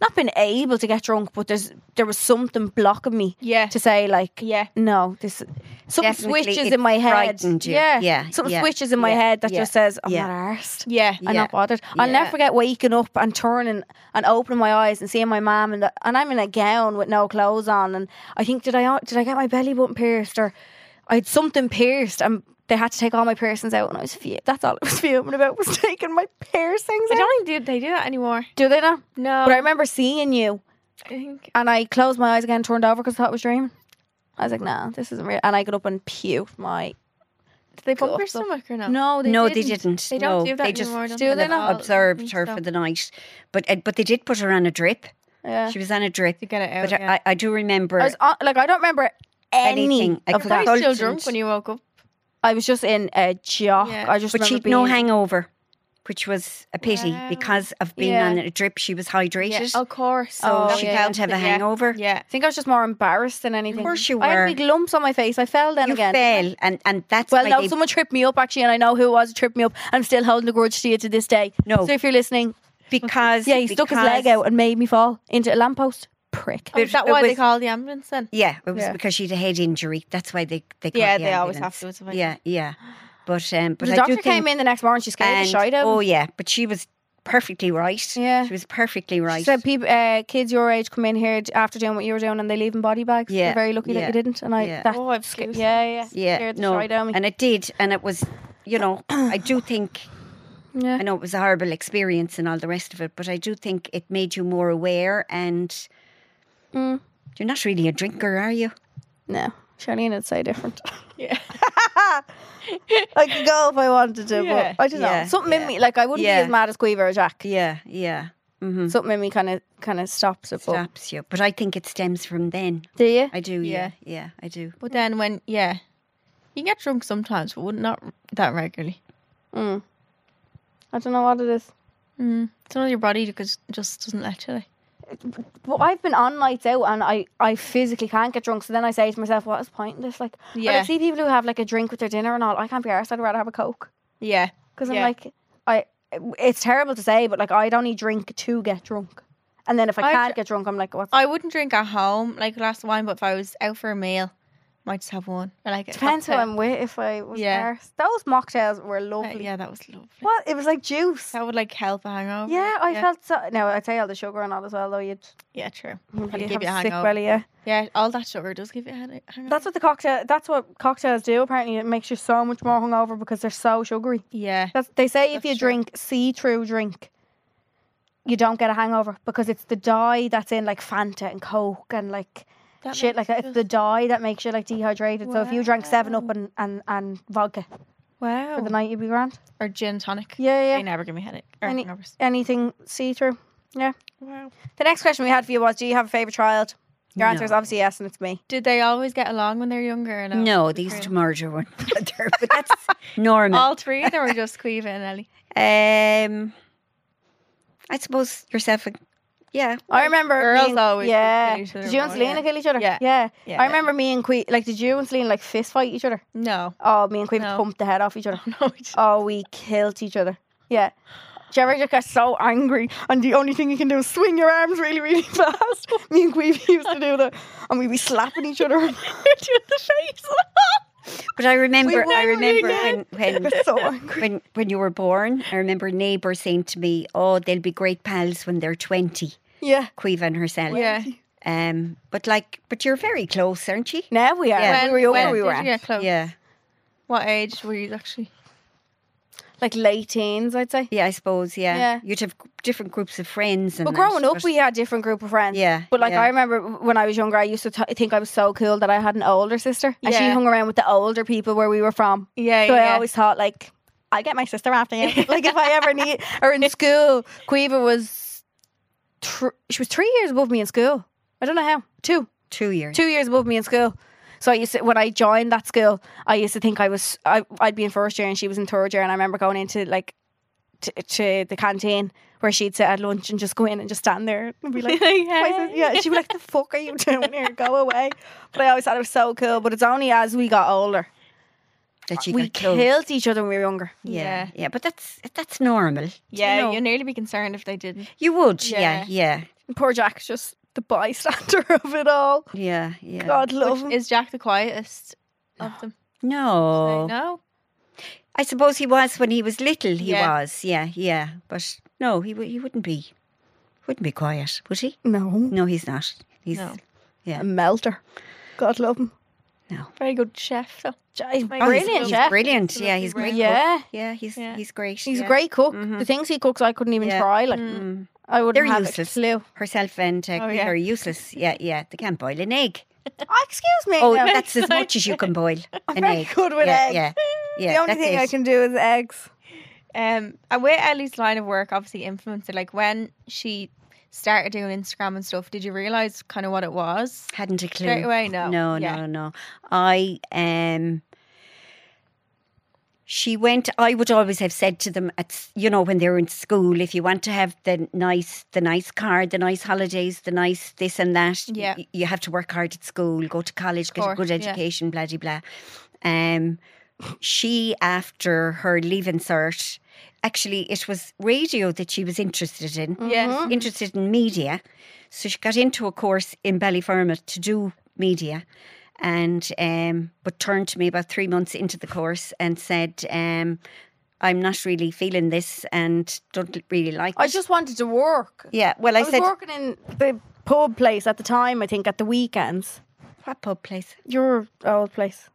not been able to get drunk, but there's there was something blocking me
Yeah.
to say like
Yeah.
no this something
Definitely
switches
it
in my head
frightened you.
yeah
Yeah,
something
yeah,
switches in my
yeah,
head that
yeah,
just says I'm
yeah.
not arsed
Yeah.
I'm
Yeah.
not bothered. I'll never
Yeah.
forget waking up and turning and opening my eyes and seeing my mum and the, and I'm in a gown with no clothes on and I think did I did I get my belly button pierced or I had something pierced and they had to take all my piercings out and I was fu- that's all I was fuming about was taking my piercings
I
out.
don't think do- they do that anymore.
Do they not?
No.
But I remember seeing you
I think.
and I closed my eyes again, turned over because I thought I was dreaming. I was like, nah, this isn't real. And I got up and puked my.
Did they bump
Go
your
off the-
stomach or not?
No, they
no,
didn't.
they didn't.
They don't
no,
do that
they just
anymore, don't
they?
still
They don't
observed
think
her
so.
for the night, but uh, but they did put her on a drip.
Yeah.
She was on a drip.
To get it out.
But
yeah.
I, I do remember
I was on, like, I don't remember any
anything.
of
a
that.
Were you still
consultant-
drunk when you woke up.
I was just in a jock.
Yeah.
I just
But
remember
she'd no
being-
hangover, which was a pity
Wow.
because of being
Yeah.
on a drip. She was hydrated.
of course.
Oh,
that
she
would
yeah.
help,
can't have a
yeah.
hangover.
Yeah.
I think I was just more embarrassed than anything.
course you
I
were.
had big lumps on my face. I fell then
You
again.
fell, and and that's
Well,
why
no,
they,
someone tripped me up actually, and I know who it was who tripped me up. I'm still holding a grudge to you to this day.
No.
So if you're listening,
because
yeah, he stuck his leg
because-
out and made me fall into a lamppost. Prick.
Oh, is that
it
why they
was-
call the ambulance then?
Yeah, it was
Yeah.
because she'd a head injury. That's why they they called
Yeah,
the
they always have
ambulance.
to, it's like-
Yeah, yeah. But um, but
the
I
doctor
do
came
think,
in the next morning. She scared
and,
the shit out. of
oh
me.
yeah, but she was perfectly right.
Yeah.
she was perfectly right.
She said people, uh, kids your age come in here d- after doing what you were doing, and they leave in body bags.
Yeah,
You're very lucky that
yeah,
you didn't. And I
yeah.
that.
Oh, I've
sca-
scared.
yeah, yeah,
yeah,
Scared the
no,
shit out of me.
and it did, and it was, you know, I do think
yeah.
I know it was a horrible experience and all the rest of it, but I do think it made you more aware. And
Mm.
you're not really a drinker, are you?
No, Charlene would say different.
Yeah.
I could go if I wanted to,
Yeah.
but I don't
Yeah,
know. Something in
yeah.
me, like I wouldn't
Yeah.
be as mad as Queever or Jack.
Yeah, yeah. Mm-hmm.
Something in me kind of kind of stops it. But
Stops you, but I think it stems from then.
do you?
I do, yeah, yeah, I do.
But then when, yeah, you can get drunk sometimes, but wouldn't not that regularly.
Mm. I don't know what it is.
Hmm.
Mm. Sometimes your body because just doesn't let you. Like.
Well, I've been on nights out and I, I physically can't get drunk. So then I say to myself, what is the point in this? Like, yeah.
Yeah.
I see people who have like a drink with their dinner and all. I can't be arsed. I'd rather have a Coke.
Yeah.
Because
Yeah.
I'm like, I. it's terrible to say, but like, I'd only drink to get drunk. And then if I
I
can't
dr-
get drunk, I'm like, what's
I wouldn't drink at home like a glass of wine, but if I was out for a meal, might just have one. Or like a
Depends who
cocktail.
I'm with. If I was
Yeah.
yeah. those mocktails were
Uh,
lovely.
Yeah, that was lovely.
What? It was like juice.
That would like help a hangover.
Yeah, I
yeah.
felt so. No, I tell you all the sugar and all as well, though. You'd,
Yeah, true.
you'd
give
have
you
a
a
sick
hangover.
belly. Yeah.
Yeah, all that sugar does give you a headache- hangover.
That's what the cocktail. That's what cocktails do. Apparently, it makes you so much more hungover because they're so sugary.
yeah.
That's, they say if
That's
you
true.
drink see-through drink, you don't get a hangover because it's the dye that's in like Fanta and Coke and like
That
shit like
makes
that. It's the
sense.
dye that makes you like dehydrated. So if you drank Seven Up and and and vodka
wow.
for the night, you'd be grand.
or gin tonic.
Yeah, yeah.
They never give me headache or
Any-
hangovers.
Anything see-through. Yeah.
Wow.
The next question we had for you was, do you have a favorite child? Your answer is
No.
obviously yes, and it's me.
Did they always get along when they were younger? Or no?
No, they used to murder one another, but that's normal.
All three of them were just Cueva and Ellie.
Um, I suppose yourself, and- yeah.
I remember
girls
me and-
always kill
yeah.
each other
Did you and
more,
Selena
yeah.
kill each other?
Yeah.
yeah.
Yeah.
I remember me and Queen like did you and Selena like fist fight each other?
No.
Oh, me and Queen
No.
pumped the head off each other.
No, we didn't.
Oh, we killed each other. Yeah. Jerry just got so angry, and the only thing you can do is swing your arms really, really fast. Me and Queevy used to do that, and we'd be slapping each other in the face.
But I remember, I
won't
remember
again.
when when
That's so angry.
when when you were born. I remember a neighbour saying to me, "Oh, they'll be great pals when they're 20,
Yeah.
Cueva and herself.
Yeah.
Um, but like, but you're very close, aren't you?
Now we are.
Yeah.
When we were
when
younger, we
did
were.
you get close?
Yeah,
What age were you actually?
Like late teens, I'd say.
yeah. I suppose. Yeah.
Yeah.
You'd have g- different groups of friends. And
But
that,
growing up,
but-
we had different group of friends.
Yeah,
But like
yeah.
I remember when I was younger, I used to t- think I was so cool that I had an older sister, and she
Yeah.
hung around with the older people where we were from.
Yeah,
So
yeah.
I always thought like I get my sister after you. like if I ever need or in school, Quiva was thr she was three years above me in school. I don't know how two
two years.
two years above me in school. So I used to, when I joined that school, I used to think I was I, I'd be in first year and she was in third year, and I remember going into like to, to the canteen where she'd sit at lunch and just go in and just stand there and be like, "Why is this-" yeah, she'd be like, "The fuck are you doing here? Go away!" But I always thought it was so cool. But it's only as we got older,
that you
we
got close.
killed each other when we were younger.
Yeah, yeah, But that's that's normal.
Yeah,
know?
you'd nearly be concerned if they didn't.
You would. Yeah,
Yeah.
yeah,
And poor Jack's just the bystander of it all.
yeah, yeah.
God love
Which-
him.
Is Jack the quietest of them?
No.
No.
I suppose he was when he was little. He
Yeah.
was, yeah, yeah. But no, he w- he wouldn't be, wouldn't be quiet, would he?
no,
No, he's not. He's
No.
a melter. God love him.
Very good chef, though.
Ja- He's
Like,
Oh, he's-
brilliant,
he's,
yeah.
brilliant.
He's a
Yeah,
lovely
he's
brain.
great. cook.
Yeah.
yeah, he's
Yeah.
he's great.
He's
yeah.
a great cook. The
Mhm.
things he cooks, I couldn't even
Yeah.
try. Like
Mm.
I wouldn't
They're
have
useless.
a clue.
Herself and uh,
Oh,
Queen
yeah.
are useless. Yeah, yeah. They can't boil an egg.
Oh, excuse me.
Oh,
now.
that's as much as you can boil
I'm
an
very
egg.
good with
yeah,
eggs.
Yeah, yeah.
the only
that's
thing I
it.
can do is eggs.
Um, and with Ellie's line of work, obviously influenced it. Like when she started doing Instagram and stuff, did you realize kind of what it was?
Hadn't a clue.
Straight away, no.
No,
Yeah.
no, no. I um she went i would always have said to them at s- you know when they were in school if you want to have the nice the nice car the nice holidays the nice this and that y-
Yeah.
y- you have to work hard at school go to college get
course,
a good
yeah.
education blah de blah um she after her leaving cert actually it was radio that she was interested
Mm.
in
Mm-hmm.
Yes.
interested in media. So she got into a course in Ballyfermot to do media, and um, but turned to me about three months into the course and said, um, "I'm not really feeling this and don't really like."
I
it."
just wanted to work.
yeah. Well, I,
I was
said,
working in the pub place at the time, I think, at the weekends.
"What pub place?"
Your old place.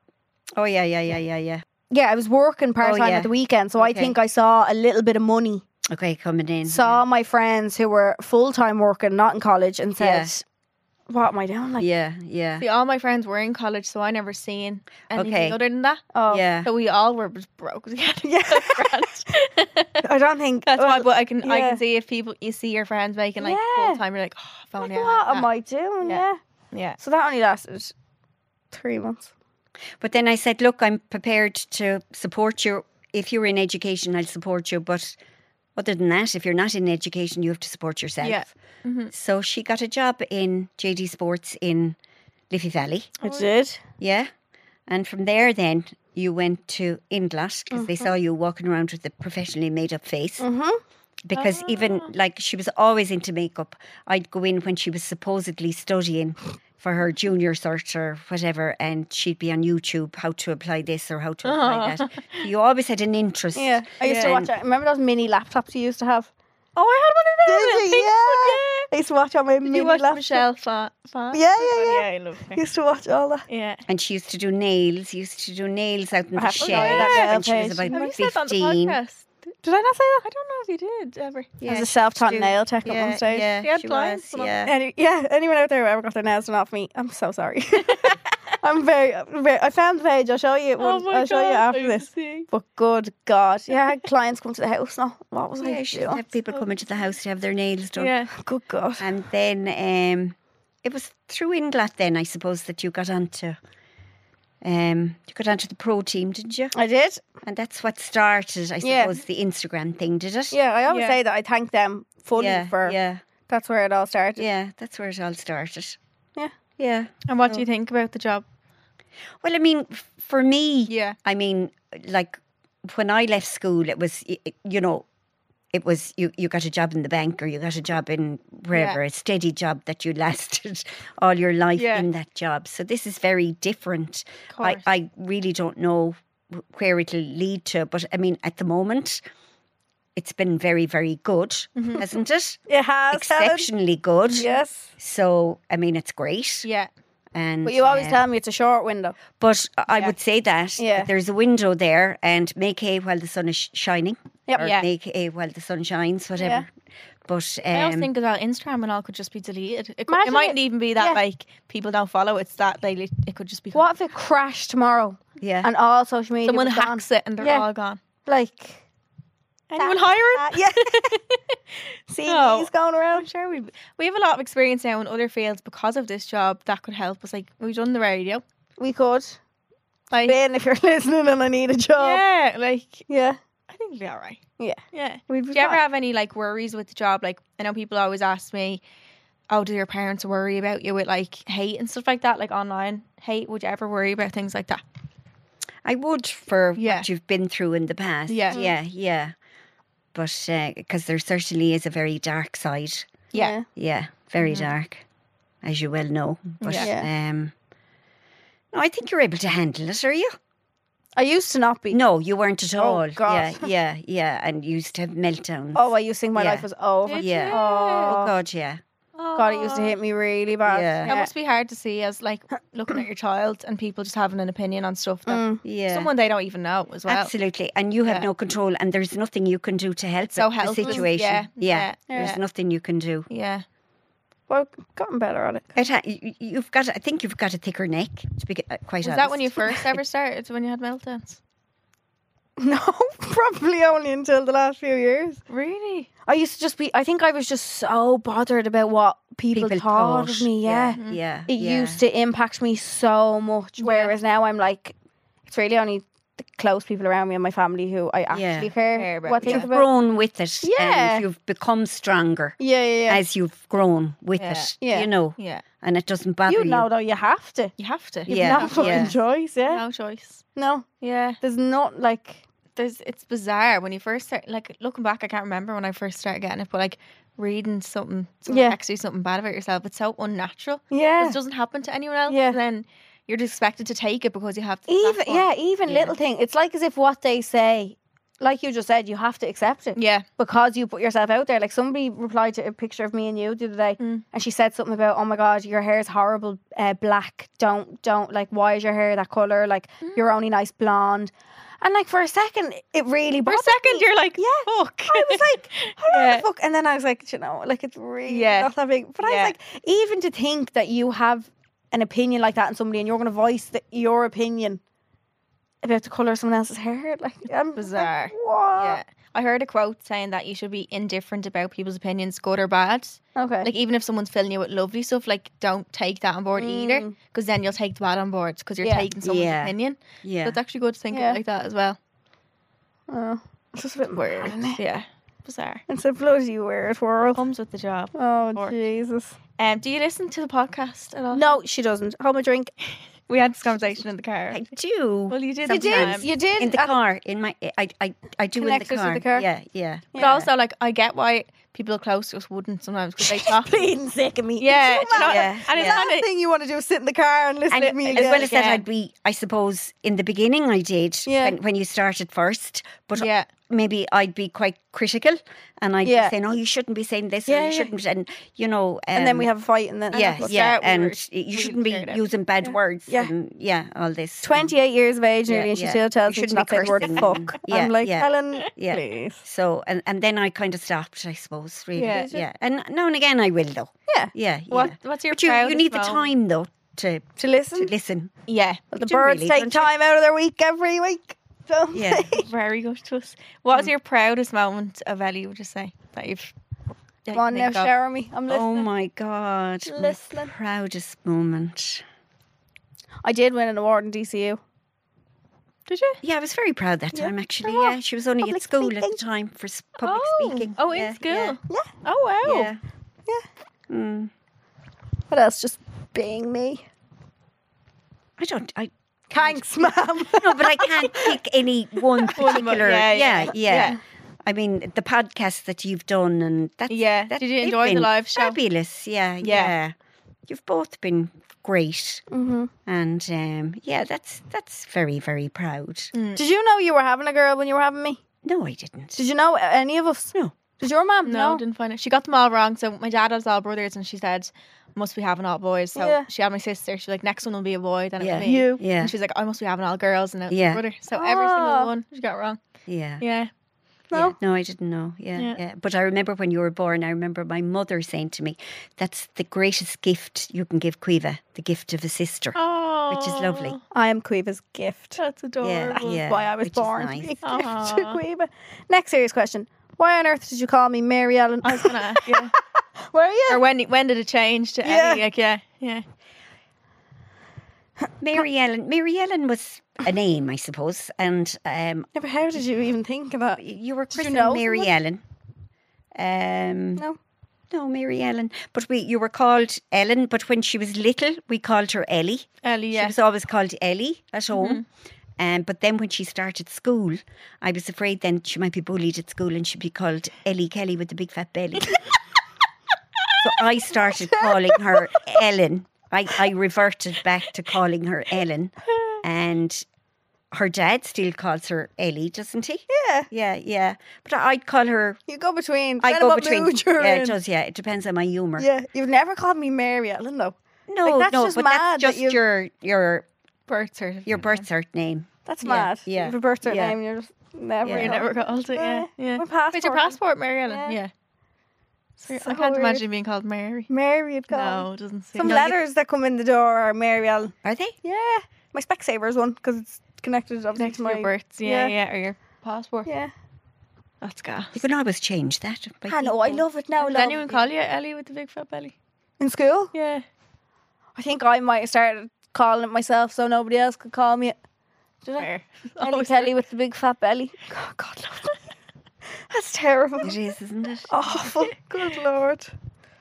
Oh yeah, yeah, yeah, yeah, yeah.
Yeah, I was working part time
Oh, yeah.
at the weekend, so I
Okay. Mm-hmm.
think I saw a little bit of money.
Okay, coming in.
Saw my friends who were full time working, not in college, and said,
Yeah.
"What am I doing?" Like,
yeah, yeah,
See, all my friends were in college, so I never seen anything
Okay.
other than that.
oh,
yeah.
So we all were just broke together.
Yeah.
So grand.
I don't think
That's why,
well,
but I can I
yeah.
can see if people you see your friends making like
Yeah.
full time, you're like, oh, phone
Like,
yeah,
what
like
am
that."
I doing?
Yeah.
Yeah.
Yeah,
So that only lasted three months.
But then I said, "Look, I'm prepared to support you. If you're in education, I'll support you. But other than that, if you're not in education, you have to support yourself."
yeah. Mhm.
So she got a job in JD Sports in Liffey Valley.
I did.
Yeah. And from there, then you went to Inglot because they
Mm-hmm.
saw you walking around with a professionally made up face.
Mhm.
Because even
Ah.
like she was always into makeup, I'd go in when she was supposedly studying for her junior cert or whatever, and she'd be on YouTube how to apply this or how to apply that. You always had an interest.
Yeah. I used to
Yeah.
watch. it. Remember those mini laptops you used to have?
Oh, I had one of those. I
Did you?
think.
Yeah. I used to watch on my
Did
mini
you watch
laptop.
Michelle Fa? Fa?
Yeah, yeah, yeah.
I love
I
her.
used to watch all that.
Yeah.
And she used to do nails. Used to do nails out in
I
the
have to go
shed
to that
when she was
page.
about
Have you said that on the
fifteen.
podcast?
Did I not say that?
I don't know if you did ever.
Yeah,
I was a
she
self-taught
used to-
nail tech at one stage.
Yeah,
She had
she
blinds
was,
and all
yeah.
Any, yeah, anyone out there who ever got their nails done off me, I'm so sorry. I'm very, very. I found the page. I'll show you. it
Oh
one-
my
I'll show
God,
you
I
after
was
this.
seeing.
But good God, yeah, I had clients come to the house. now. what was
Yeah,
I
she used to
doing?
have people come into the house to have their nails done.
Yeah.
Oh, Good God.
And then um, it was through Inglat then, I suppose, that you got onto um, you got onto the pro team, didn't you?
I did.
And that's what started, I
Yeah.
suppose, the Instagram thing, did it?
Yeah, I always
Yeah.
say that I thank them fully
yeah,
for.
yeah,
That's where it all started.
yeah. That's where it all started.
Yeah.
yeah.
And what do you think about the job?
Well, I mean, f- for me,
Yeah.
I mean, like when I left school, it was y- you know, it was you you got a job in the bank or you got a job in wherever a steady job that you lasted all your life
Yeah.
in that job. So this is very different. I
course.
I really don't know wh- where it'll lead to, but I mean, at the moment. It's been very, very good, hasn't it?
It has Helen.
Exceptionally good.
Yes.
So, I mean, it's great.
Yeah.
And
But you always
um,
tell me it's a short window.
but I
Yeah.
would say that
Yeah.
there's a window there, and make hay while the sun is sh- shining.
Yep.
Or
Yeah.
Make hay while the sun shines, whatever. But
I also
um,
think as well, Instagram and all could just be deleted. It, cou- it
Imagine
mightn't
it-
even be that
yeah.
like people don't follow. It's that they lit- it could just be
What if it crashed tomorrow
yeah,
and all social media
someone
was gone?
hacks it and they're
Yeah.
all gone.
Like,
Anyone
That-
hire
that-
it?
yeah. see,
No.
he's going
I'm
around.
sure we we have a lot of experience now in other fields because of this job that could help us. Like we've done the radio,
We could.
like
Ben, if you're listening and I need a job.
yeah, like
Yeah.
I think we'll be all right.
Yeah.
yeah.
We'd
Do you ever have any like worries with the job? Like I know people always ask me, "Oh, do your parents worry about you with like hate and stuff like that, like online hate? Would you ever worry about things like that?"
I would for
Yeah.
what you've been through in the past.
Yeah. Mm.
yeah, yeah. But because there certainly is a very dark side.
Yeah.
Yeah, very
Mm-hmm.
dark, as you well know. But
Yeah.
um, no, I think you're able to handle it. Are you?
I used to not be.
No, you weren't at
Oh,
all.
God.
Yeah, yeah, yeah. And you used to have meltdowns.
Oh, I used to think my
Yeah.
life was over.
Did
Yeah.
you? Oh.
Oh,
Oh,
God, yeah.
God, it used to hit me really bad.
Yeah.
That must be hard to see as like looking at your child and people just having an opinion on stuff that
Mm.
Yeah.
someone they don't even know as well.
Absolutely. And you have
Yeah.
no control and there's nothing you can do to help
So
it, the
helpless.
situation.
Yeah, yeah,
There's
yeah.
nothing you can do.
Yeah.
Well, gotten better at it.
It ha- y- y- you've got I think you've got a thicker neck to be g- uh, quite
Was
honest.
that when you first ever started? When you had meltdowns?
No, probably only until the last few years.
Really?
I used to just be. I think I was just so bothered about what people,
People
thought,
thought,
of me. Yeah.
Mm.
Yeah. yeah
It used to impact me so much. Whereas now I'm like, it's really only the close people around me and my family who I actually
Yeah.
care,
Care about,
what
yeah.
think
You've
about.
grown with it. and
Yeah.
you've become stronger
yeah, yeah, yeah.
as you've grown with
Yeah.
it.
Yeah.
You know,
Yeah,
and it doesn't bother you.
you know though you have to.
you have to.
You've
Yeah,
not fucking
yeah.
choice, yeah.
No choice.
No.
Yeah.
There's not like
there's it's bizarre when you first start like looking back I can't remember when I first started getting it but like reading something someone
Yeah.
actually something bad about yourself it's so unnatural
Yeah.
it doesn't happen to anyone else
Yeah.
and then you're just expected to take it because you have to
Even yeah, even
Yeah.
little thing. It's like as if what they say, like you just said, you have to accept it
yeah
because you put yourself out there. Like somebody replied to a picture of me and you the other day,
Mm.
and she said something about, "Oh my god, your hair's horrible, uh, black. Don't don't like. Why is your hair that color? Like
Mm.
you're only nice blonde." And like for a second, it really
for a
bothered
second
me.
you're like
Yeah.
fuck
I was like, "Hello,
Yeah.
the fuck!" And then I was like, "Do "You know, like it's really
Yeah.
not that big." But I
Yeah.
was like, even to think that you have an opinion like that on somebody, and you're going to voice that your opinion about the color of someone else's hair, like I'm like,
bizarre. yeah
what?
Ah.
I heard a quote saying that you should be indifferent about people's opinions good or bad
Okay.
like even if someone's filling you with lovely stuff like don't take that on board either
Mm.
because then you'll take the bad on board because you're
Yeah.
taking someone's
Yeah.
opinion
Yeah.
so it's actually good to think of it
Yeah.
like that as well
oh, it's just a bit weird. Isn't it?
yeah bizarre
It's a bloody weird world.
comes with the job.
Oh
Or-
Jesus!
Um, do you listen to the podcast at all?
No, she doesn't. Home a drink.
we had this conversation in the car.
I do.
well, you did.
You did,
sometimes.
you did.
in the
uh,
car, in my, I, I, I do in the
Connects us
car.
with the car.
Yeah, yeah.
But
yeah.
also, like, I get why people close to us wouldn't sometimes because they talk.
Bleeding sick of me.
yeah, do you know,
Yeah,
and it's
yeah.
not.
The
a-
thing you want to do is sit in the car and listen
And
to me
as
again.
well as that,
Yeah.
I'd be, I suppose, in the beginning I did
Yeah.
when, when you started first, but
Yeah,
maybe I'd be quite critical and I'd
Yeah.
be saying, oh, you shouldn't be saying this,
Yeah,
or you
yeah.
shouldn't, and, you know. Um,
and then we have a fight, and then
Yeah,
that's what
yeah, um,
start we
and
were-
y-
we
you shouldn't be
cleared out.
using bad words.
Yeah.
and yeah, all this. and-
28 years of age
Yeah,
nearly and she
yeah.
still tells
You
me to
shouldn't
not say
be
the word
cursing.
fuck.
Yeah,
I'm like,
yeah.
Helen,
Yeah.
please.
So and, and then I kind of stopped, I suppose, really.
Yeah.
Yeah.
Did
And now and again I will though.
Yeah.
Yeah. yeah.
What, what's your
But you, you
proudest
need the
moment?
time though to
To listen,
to listen.
Yeah,
Well, the
do
birds
really,
take
don't you?
time out of their week every week. So
Yeah.
very good to us. What
Hmm.
was your proudest moment of Ellie? Would you say that you've? that
come
you
on now,
think of?
shower me. I'm listening.
oh my God. my
Listen.
proudest moment.
I did win an award in DCU.
Did you?
Yeah, I was very proud that
Yeah.
time actually.
Oh,
Yeah. She was only
public
at school at
speaking.
the time for s- public
oh,
speaking.
Oh,
yeah,
in school. Yeah.
Yeah.
Oh Hmm. wow.
Yeah.
Yeah.
Mm.
What else? Just being me.
I don't I
Thanks, ma'am.
no, but I can't pick any one particular.
yeah, yeah,
yeah, yeah,
yeah.
I mean, the podcast that you've done and that.
Yeah.
that,
Did you
they've
enjoy the
been
live show?
Fabulous. Yeah, yeah. You've both been great,
hmm
and um, yeah, that's that's very very proud.
Mm.
Did you know you were having a girl when you were having me?
No, I didn't.
Did you know any of us?
No.
Did your mum?
No, didn't find it. She got them all wrong. So my dad has all brothers, and she said, "Must be having all boys." So
Yeah.
she had my sister. She's like, "Next one will be a boy." Then
Yeah.
it was me.
You.
Yeah,
And she's like, "I must be having all girls and a
Yeah.
brother." So every single
Ah.
one she got wrong.
yeah.
Yeah.
yeah.
No.
No, I didn't know. Yeah,
Yeah.
yeah, But I remember when you were born, I remember my mother saying to me, That's the greatest gift you can give Quiva, the gift of a sister,
Oh,
which is lovely.
I am Cueva's gift.
That's adorable.
yeah.
why I was
which is
born.
nice.
Gift
Aw.
to Cueva. Next serious question. Why on earth did you call me Mary Ellen?
I was gonna ask, yeah.
Were you?
or when when did it change to
Yeah.
Ellie? Like, yeah, yeah,
Mary Ellen. Mary Ellen was a name, I suppose, and um,
Yeah, but how did you even think about
y- you were
you
christened
know
Mary Ellen. Um,
No.
no, Mary Ellen. But we, you were called Ellen. But when she was little, we called her Ellie.
Ellie.
She
Yeah,
was always called Ellie at
Mm-hmm.
home. Um, but then when she started school, I was afraid then she might be bullied at school and she'd be called Ellie Kelly with the big fat belly. so I started calling her Ellen. I, I reverted back to calling her Ellen. And her dad still calls her Ellie, doesn't he?
Yeah.
Yeah, yeah. But I- I'd call her.
You go between.
I
depending
go
what
between.
mood you're
Yeah,
in.
it does. Yeah, it depends on my humor.
Yeah, you've never called me Mary Ellen though.
No,
Like, that's
no,
just
but
mad that
that's just
you-
your your
birth certificate.
your birth cert name.
That's
Yeah,
mad.
yeah,
You have a birth cert
yeah.
name. You're just never.
Yeah.
You
You're
gonna-
never called it. Yeah, yeah.
Eh, My passport.
With your passport, Mary Ellen. Yeah.
Yeah.
So
So
I can't
weird.
imagine being called Mary.
Mary had
No,
called.
it doesn't seem.
Some
No, you-
letters that come in the door are Mary Ellen.
Are they?
Yeah, my Specsavers one because it's connected obviously
Next
to
to your
my
births, yeah,
yeah.
yeah, or your passport.
Yeah,
That's gas.
You can always change that. by
I know. I
people.
love it now.
Does
love.
anyone call you Ellie with the big fat belly?
in school?
Yeah.
I think I might have started calling it myself so nobody else could call me. it. Did I? Kelly
Always
Kelly with the big fat belly. Oh, God, love. That's terrible.
It is, isn't it?
Awful. Good lord.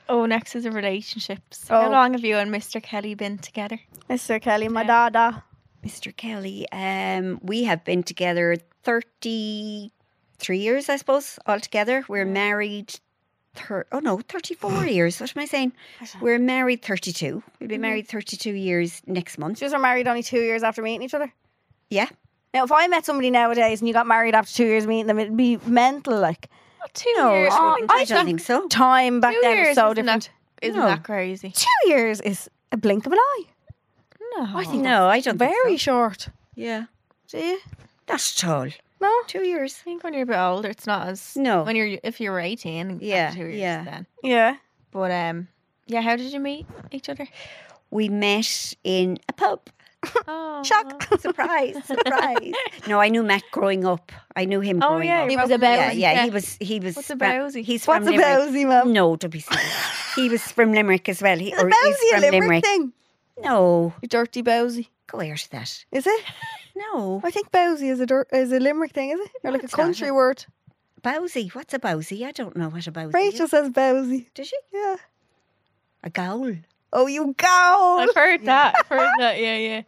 Oh, next is a relationships.
Oh.
How long have you and Mr. Kelly been together?
Mr. Kelly, my dada.
Mr. Kelly, um, we have been together 33 years, I suppose, altogether. We're married, thir- oh no, 34 years. What am I saying? We're married 32. We'll be married 32 years next month.
She was married only two years after meeting each other.
Yeah.
Now, if I met somebody nowadays and you got married after two years of meeting them, it'd be mental. Like
two
No,
years.
I
wouldn't
I
it?
don't think so.
time back
Two
then
years
was so
isn't
different.
That, isn't
No.
that crazy?
Two years is a blink of an eye.
No, I think
No, I don't think so.
Very short.
Yeah.
Do you?
Not at all.
No.
Two years.
I think when you're a bit older, it's not as
No.
When you're if you're eighteen, after
Yeah,
two years
yeah.
Then,
Yeah.
but um, yeah. How did you meet each other?
We met in a pub.
Oh,
Shock.
Surprise, surprise. no, I knew Matt growing up. I knew him
Oh,
growing
yeah,
up.
he was a bowie.
Yeah, yeah,
Yeah.
he was he was
What's a
fra-
bowie?
He's
What's a
from Limerick.
bowsy, mum?
No, don't be silly. He was from Limerick as well. He
Is a
or he's
bowsy a
from
Limerick,
Limerick.
thing?
No.
You dirty bowsy.
Go air to that.
Is it?
No.
I think bowsy is a dir- is a Limerick thing, is it? Or like a
it's not.
country word.
Bowsy. What's a bowsy? I don't know what a bowsy
Rachel
is.
says bowsy.
Does she?
Yeah.
A gowl.
Oh, you go.
I've heard that. I've heard that. Yeah, yeah.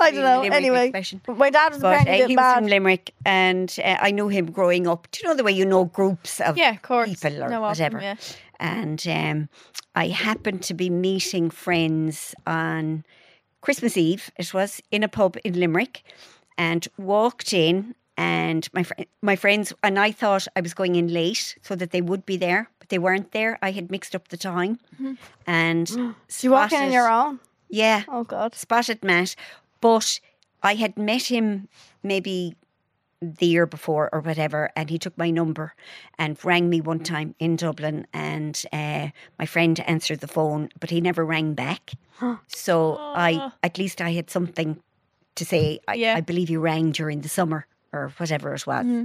I don't know.
Limerick
Anyway,
expression.
my dad was
But uh,
apparently a
he
bit
was from
bad.
Limerick and uh, I knew him growing up. Do you know the way you know groups of
Yeah, of course.
people or
No, of them,
whatever.
yeah.
And um, I happened to be meeting friends on Christmas Eve, it was in a pub in Limerick, and walked in. And my fr- my friends and I thought I was going in late so that they would be there, but they weren't there. I had mixed up the time, and
Do you walk in on
spotted-
your own?
Yeah,
Oh God.
spotted Matt, but I had met him maybe the year before or whatever, and he took my number and rang me one time in Dublin, and uh, my friend answered the phone, but he never rang back. so I, at least, I had something to say. I,
Yeah.
I believe you rang during the summer or whatever it was,
Mm-hmm.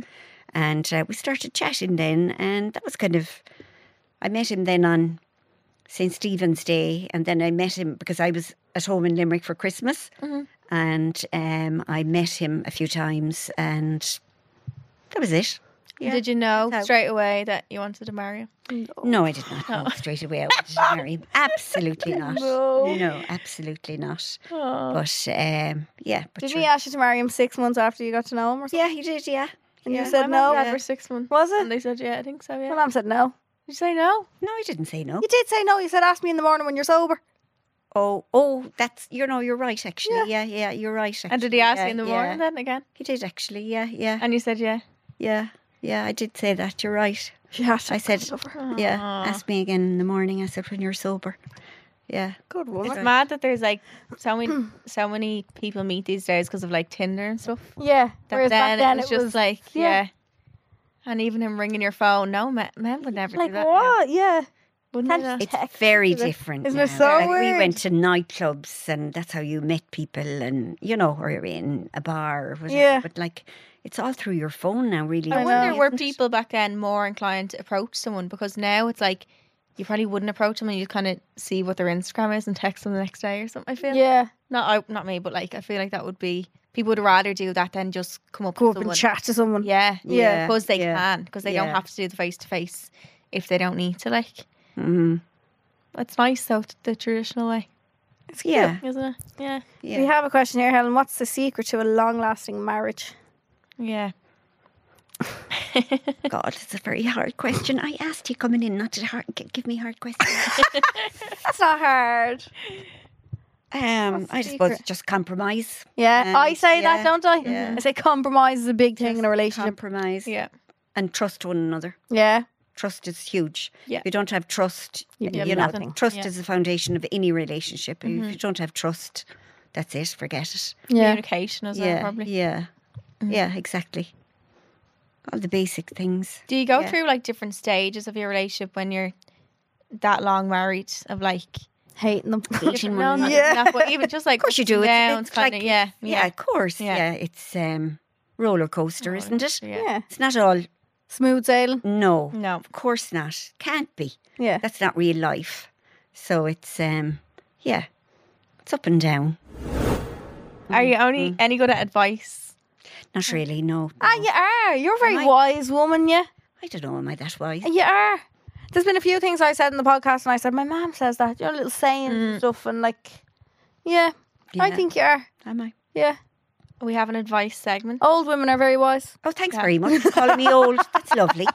and uh, we started chatting then, and that was kind of. I met him then on St. Stephen's Day, and then I met him because I was at home in Limerick for Christmas,
Mm-hmm.
and um, I met him a few times, and that was it. Yeah.
Did you know
That's how-
straight away that you wanted to marry him?
Oh.
No, I did not know straight away I wanted to marry him. Absolutely not.
No.
absolutely not.
Oh.
But um, yeah, but
Did
sure.
he ask you to marry him six months after you got to know him, or something?
Yeah, he did. Yeah,
And you
yeah.
said no.
for six months.
Was
And
it?
they said, yeah, I think so. Yeah.
My mum said no.
Did you say no?
no, I didn't say no.
You did say no. You said ask me in the morning when you're sober.
Oh, oh, that's you know, you're right actually. Yeah, yeah, you're right. Actually.
And did he ask
yeah,
you in the
yeah.
morning then again?
He did actually. Yeah, yeah,
And you said yeah.
yeah, yeah. I did say that. You're right.
Yeah,
I said, yeah, ask me again in the morning. I said, when you're sober. Yeah.
good
It's
woman.
mad that there's like so many, so many people meet these days because of like Tinder and stuff.
Yeah.
That
Whereas
then,
back then
it was just like yeah.
yeah.
And even him ringing your phone, no men, men would never
like
do that. now,
what? Yeah.
wouldn't
Can't
they,
you
though?
It's
Text
very
isn't it?
different.
Isn't it
now.
so
Like, We
weird?
went to nightclubs and that's how you met people and, you know, or you're in a bar or whatever.
Yeah.
But like, it's all through your phone now, really.
I
I
wonder
know.
were
isn't it?
people back then more inclined to approach someone because now it's like you probably wouldn't approach them and you kind of see what their Instagram is and text them the next day or something. I feel
Yeah.
not I, not me, but like I feel like that would be people would rather do that than just come up
Go
with
up and
someone.
chat to someone.
Yeah,
Yeah,
because they
yeah,
can because they don't
yeah.
have to do the face to face if they don't need to. Like
Mhm.
it's nice though t- the traditional way,
Yeah.
isn't it? Yeah,
We
Yeah.
have a question here, Helen. What's the secret to a long-lasting marriage?
yeah.
God, it's a very hard question. I asked you coming in not to hard, g- give me hard questions.
That's not hard.
Um,
What's the
I suppose
secret?
just compromise.
Yeah,
Um,
I say that,
yeah,
don't I?
yeah.
I say compromise is a big thing in a relationship.
Compromise.
Yeah.
And trust one another.
yeah,
trust is huge.
Yeah.
If you don't have trust,
You
you,
can do
know,
nothing.
trust
Yeah.
is the foundation of any relationship. If you don't have trust, that's it. Forget it.
yeah.
communication as well
yeah,
probably.
yeah, yeah, exactly. All the basic things.
Do you go
Yeah.
through like different stages of your relationship when you're that long married? Of like,
Hating them.
Hating
no,
one
not
another.
even that, but even just like,
Of course you do. It's,
Downs,
it's
kind
like
of, yeah,
yeah, of course.
Yeah.
Yeah, it's um, roller coaster, isn't it?
yeah.
yeah,
It's not all.
smooth sailing.
No,
No,
of course not. Can't be.
Yeah,
That's not real life. So it's um, yeah, it's up and down. Mm-hmm.
are you only any good at advice?
Not really, no.
Ah,
no.
you are. You're a very
Am I?
wise woman, yeah.
I don't know, am I that wise?
You are. There's been a few things I said in the podcast, and I said my mom says that. You know, little sayings and stuff, and like, yeah, I
Yeah.
think you are.
Am I?
Yeah,
We have an advice segment.
old women are very wise.
Oh, thanks very much for calling me old. That's lovely.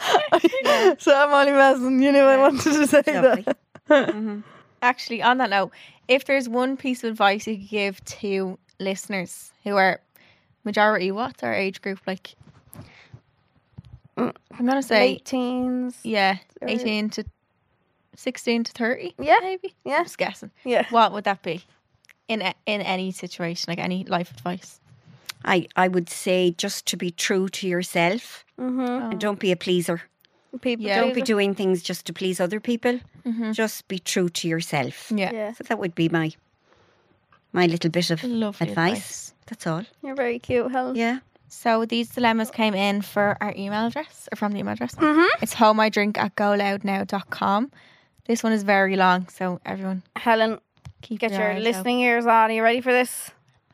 so I'm only messing. You know, I wanted to say
lovely.
that.
Actually, on that note, if there's one piece of advice you could give to listeners who are majority, what's our age group like?
Mm.
I'm gonna say
Late teens.
yeah,
or-
eighteen to sixteen to thirty.
Yeah.
maybe.
Yeah.
I'm just guessing.
Yeah.
What would that be? In a, in any situation, like any life advice.
I, I would say just to be true to yourself
Mm-hmm.
and don't be a pleaser.
People
Yeah.
Don't be doing things just to please other people.
Mhm.
Just be true to yourself.
Yeah.
Yeah,
So that would be my my little bit of
Lovely
advice.
advice.
That's all.
you're very cute, Helen.
Yeah.
So these dilemmas came in for our email address or from the email address.
Mhm.
It's home I drink at goloudnow.com. This one is very long, so everyone
Helen,
keep
get your
eyes open.
listening ears on. Are you ready for this?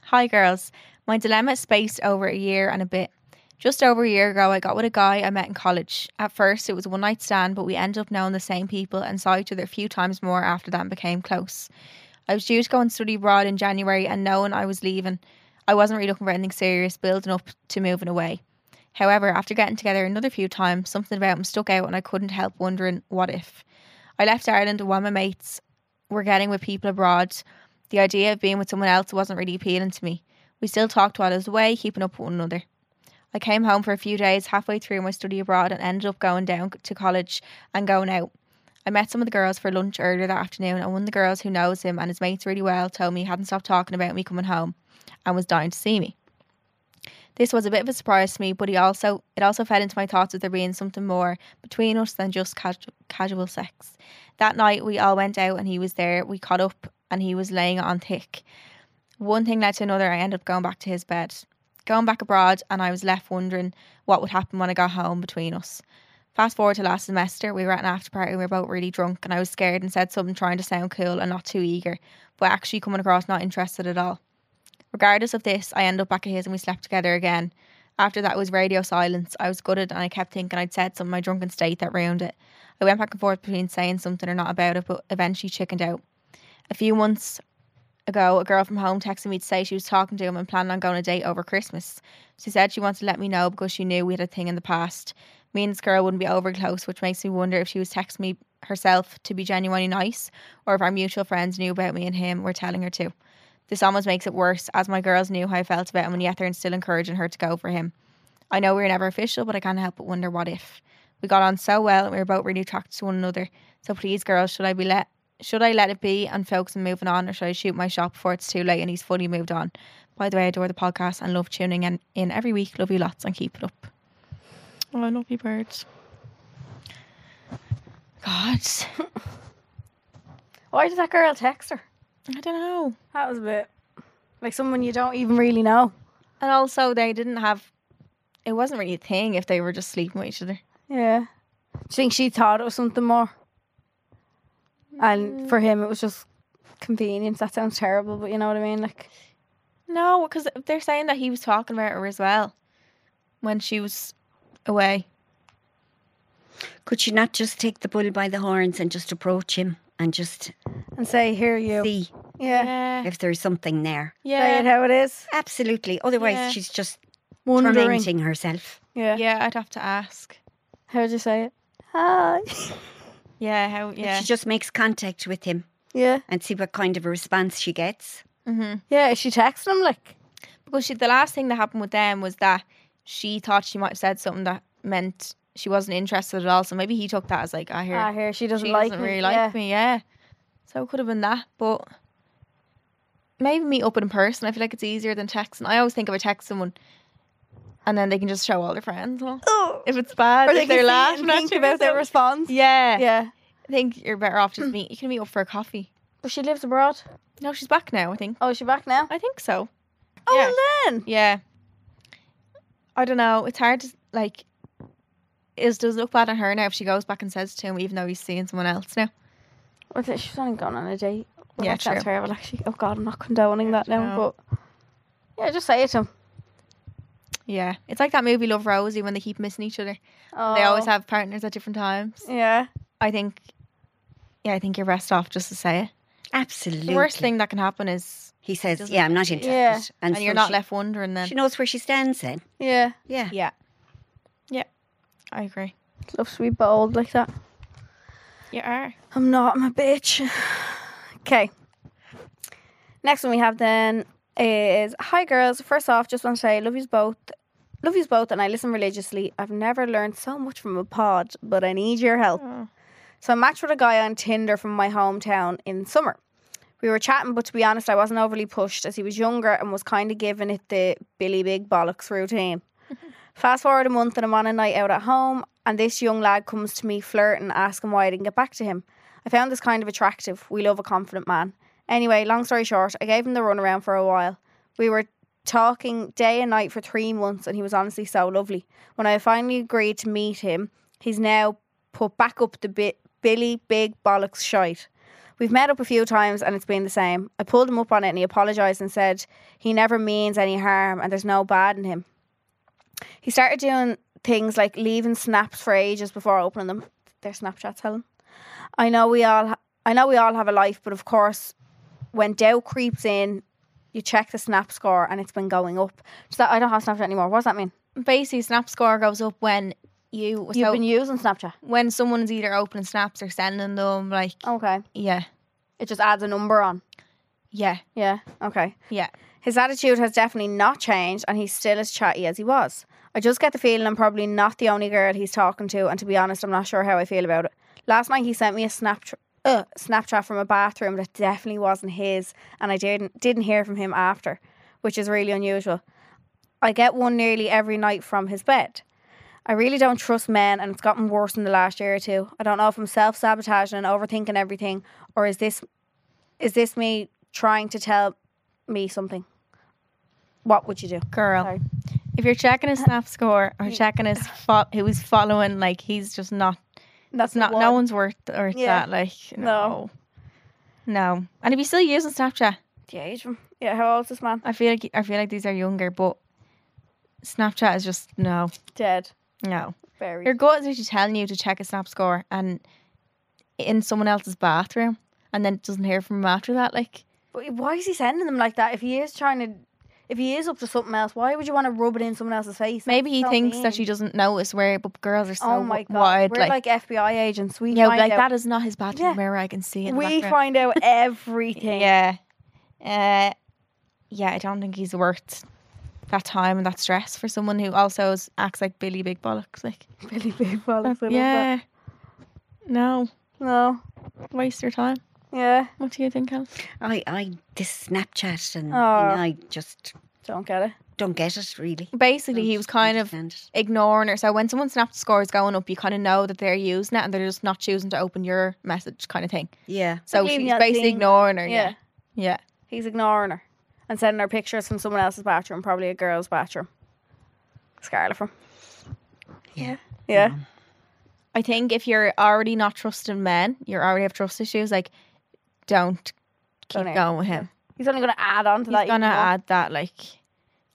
Hi girls. My dilemma is spaced over a year and a bit. Just over a year ago, I got with a guy I met in college. At first, it was a one night stand, but we ended up knowing the same people and saw each other a few times more after that and became close. I was due to go and study abroad in January, and knowing I was leaving, I wasn't really looking for anything serious, building up to moving away. However, after getting together another few times, something about him stuck out, and I couldn't help wondering what if. I left Ireland, and while my mates were getting with people abroad, the idea of being with someone else wasn't really appealing to me. We still talked while I was away, keeping up with one another. I came home for a few days halfway through my study abroad and ended up going down to college and going out. I met some of the girls for lunch earlier that afternoon, and one of the girls who knows him and his mates really well told me he hadn't stopped talking about me coming home and was dying to see me. This was a bit of a surprise to me, but he also it also fed into my thoughts of there being something more between us than just casual, casual sex. That night we all went out and he was there. We caught up and he was laying on thick. One thing led to another. I ended up going back to his bed, going back abroad, and I was left wondering what would happen when I got home between us. Fast forward to last semester, we were at an after party and we were both really drunk, and I was scared and said something trying to sound cool and not too eager, but actually coming across not interested at all. Regardless of this, I ended up back at his and we slept together again. After that was radio silence. I was gutted and I kept thinking I'd said something in my drunken state that ruined it. I went back and forth between saying something or not about it, but eventually chickened out. A few months ago, a girl from home texted me to say she was talking to him and planning on going on a date over Christmas. She said she wanted to let me know because she knew we had a thing in the past. Me and this girl wouldn't be over close, which makes me wonder if she was texting me herself to be genuinely nice or if our mutual friends knew about me and him were telling her to. This almost makes it worse, as my girls knew how I felt about him and yet they're still encouraging her to go for him. I know we were never official, but I can't help but wonder what if. We got on so well and we were both really attracted to one another. So please, girls, should I be let should I let it be and focus on moving on, or should I shoot my shot before it's too late and he's fully moved on? By the way, I adore the podcast and love tuning in, in every week. Love you lots and keep it up. Oh, I love you, birds. God,
Why did that girl text her?
I don't know.
That was a bit like someone you don't even really know.
And also, they didn't have. It wasn't really a thing if they were just sleeping with each other.
Yeah. Do you think she thought it was something more?
Mm.
And for him, it was just convenience. That sounds terrible, but you know what I mean? Like,
No, because they're saying that he was talking about her as well when she was away.
Could she not just take the bull by the horns and just approach him and just
and say, here you.
see
Yeah.
Yeah,
if there's something there?
Say
yeah,
it how it is.
Absolutely. Otherwise,
Yeah.
she's just
Wondering.
tormenting herself.
Yeah.
yeah. I'd have to ask.
How would you say it? Hi.
Yeah, how?
If
Yeah,
She just makes contact with him
yeah.
and see what kind of a response she gets.
hmm
Yeah. Is she texting him? Like,
because she, the last thing that happened with them was that she thought she might have said something that meant she wasn't interested at all. So maybe he took that as like, I hear
ah, here, she doesn't
she
like
doesn't
me.
really like
yeah.
me. Yeah, so it could have been that, but maybe meet up in person. I feel like it's easier than texting. I always think if I text someone, and then they can just show all their friends. and all.
Oh.
If it's bad,
Or they
if they're
can
laughing at
think
you,
about their
so-
response.
yeah,
Yeah.
I think you're better off just meet. You can meet up for a coffee.
But she lives abroad.
No, she's back now. I think.
Oh, is she back now?
I think so.
Oh,
Yeah.
well then.
Yeah. I don't know. It's hard to like. Is does it look bad on her now if she goes back and says to him, even though he's seeing someone else now?
Well, th- she's only gone on a date. Well,
Yeah,
that sounds
true.
terrible, actually. Oh, God, I'm not condoning that now,
no.
but. Yeah, just say it to him.
Yeah. It's like that movie Love Rosie when they keep missing each other.
Oh.
They always have partners at different times.
Yeah.
I think, yeah, I think you're best off just to say it.
Absolutely.
The worst thing that can happen is,
he says,
doesn't-
"Yeah, I'm not interested,"
Yeah.
and,
so
you're not
she,
left wondering then.
She knows where she stands. Then,
Yeah.
yeah.
yeah. Yeah. I agree.
Loves to be bold like that.
You are.
I'm not. I'm a bitch. Okay. Next one we have then is Hi girls. First off, just want to say I love you both. Love you both, and I listen religiously. I've never learned so much from a pod, but I need your help.
Oh.
So I matched with a guy on Tinder from my hometown in summer. We were chatting, but to be honest, I wasn't overly pushed as he was younger and was kind of giving it the Billy Big Bollocks routine. Fast forward a month and I'm on a night out at home, and this young lad comes to me flirting, asking why I didn't get back to him. I found this kind of attractive. We love a confident man. Anyway, long story short, I gave him the runaround for a while. We were talking day and night for three months, and he was honestly so lovely. When I finally agreed to meet him, he's now put back up the bi- Billy Big Bollocks shite. We've met up a few times and it's been the same. I pulled him up on it and he apologised and said he never means any harm and there's no bad in him. He started doing things like leaving snaps for ages before opening them. Their Snapchats, Helen. I know we all, ha- I know we all have a life, but of course, when doubt creeps in, you check the snap score and it's been going up. So that I don't have Snapchat anymore. What does that mean?
Basically, snap score goes up when you
You've
so
been using Snapchat.
when someone's either opening snaps or sending them. Like,
Okay.
yeah,
It just adds a number on.
yeah,
Yeah. Okay.
yeah.
His attitude has definitely not changed, and he's still as chatty as he was. I just get the feeling I'm probably not the only girl he's talking to, and to be honest, I'm not sure how I feel about it. Last night he sent me a Snapchat. Uh, Snapchat from a bathroom that definitely wasn't his, and I didn't didn't hear from him after, which is really unusual. I get one nearly every night from his bed. I really don't trust men, and it's gotten worse in the last year or two. I don't know if I'm self sabotaging and overthinking everything, or is this is this me trying to tell me something? What would you do?
Girl,
Sorry.
if you're checking his snap score or checking his fo- who's following, like he's just not.
That's
It's not. No one's worth or it's
Yeah.
that. Like,
No.
no. no. And if you still using Snapchat,
the age. of him. Yeah, how old is this man?
I feel like I feel like these are younger, but Snapchat is just no,
Dead.
no.
Buried.
Your gut is actually telling you to check a snap score and in someone else's bathroom, and then doesn't hear from him after that. Like,
But why is he sending them like that? If he is trying to, if he is up to something else, why would you want to rub it in someone else's face?
maybe he
That's so
thinks that
mean.
she doesn't notice where, but girls are so
Oh my god,
wide.
we're
like,
like, FBI agents. We
yeah,
find
like
out,
that is not his bathroom
Yeah.
mirror. I can see it. In the
We
background.
find out everything.
Yeah. Uh, yeah, I don't think he's worth that time and that stress for someone who also is, acts like Billy Big Bollocks. Like,
Billy Big Bollocks. I love
Uh, yeah. No,
that. No.
waste your time.
Yeah.
What do you think, Helen?
I, I, this Snapchat and you
Oh.
know, I just
Don't get it.
don't get it really.
Basically, he
Don't
was kind of
understand it.
ignoring her. So when someone's snap scores going up, you kind of know that they're using it and they're just not choosing to open your message, kind of thing.
yeah.
So
Like leaving
she's
that
basically
thing.
ignoring her.
Yeah.
Yeah. Yeah.
He's ignoring her and sending her pictures from someone else's bathroom, probably a girl's bathroom. Scarlet from.
Yeah.
Yeah.
I think if you're already not trusting men, you already have trust issues. Like, don't keep
Don't air.
going with him.
He's only going to add on to
He's
that. even
gonna
more.
add that. Like,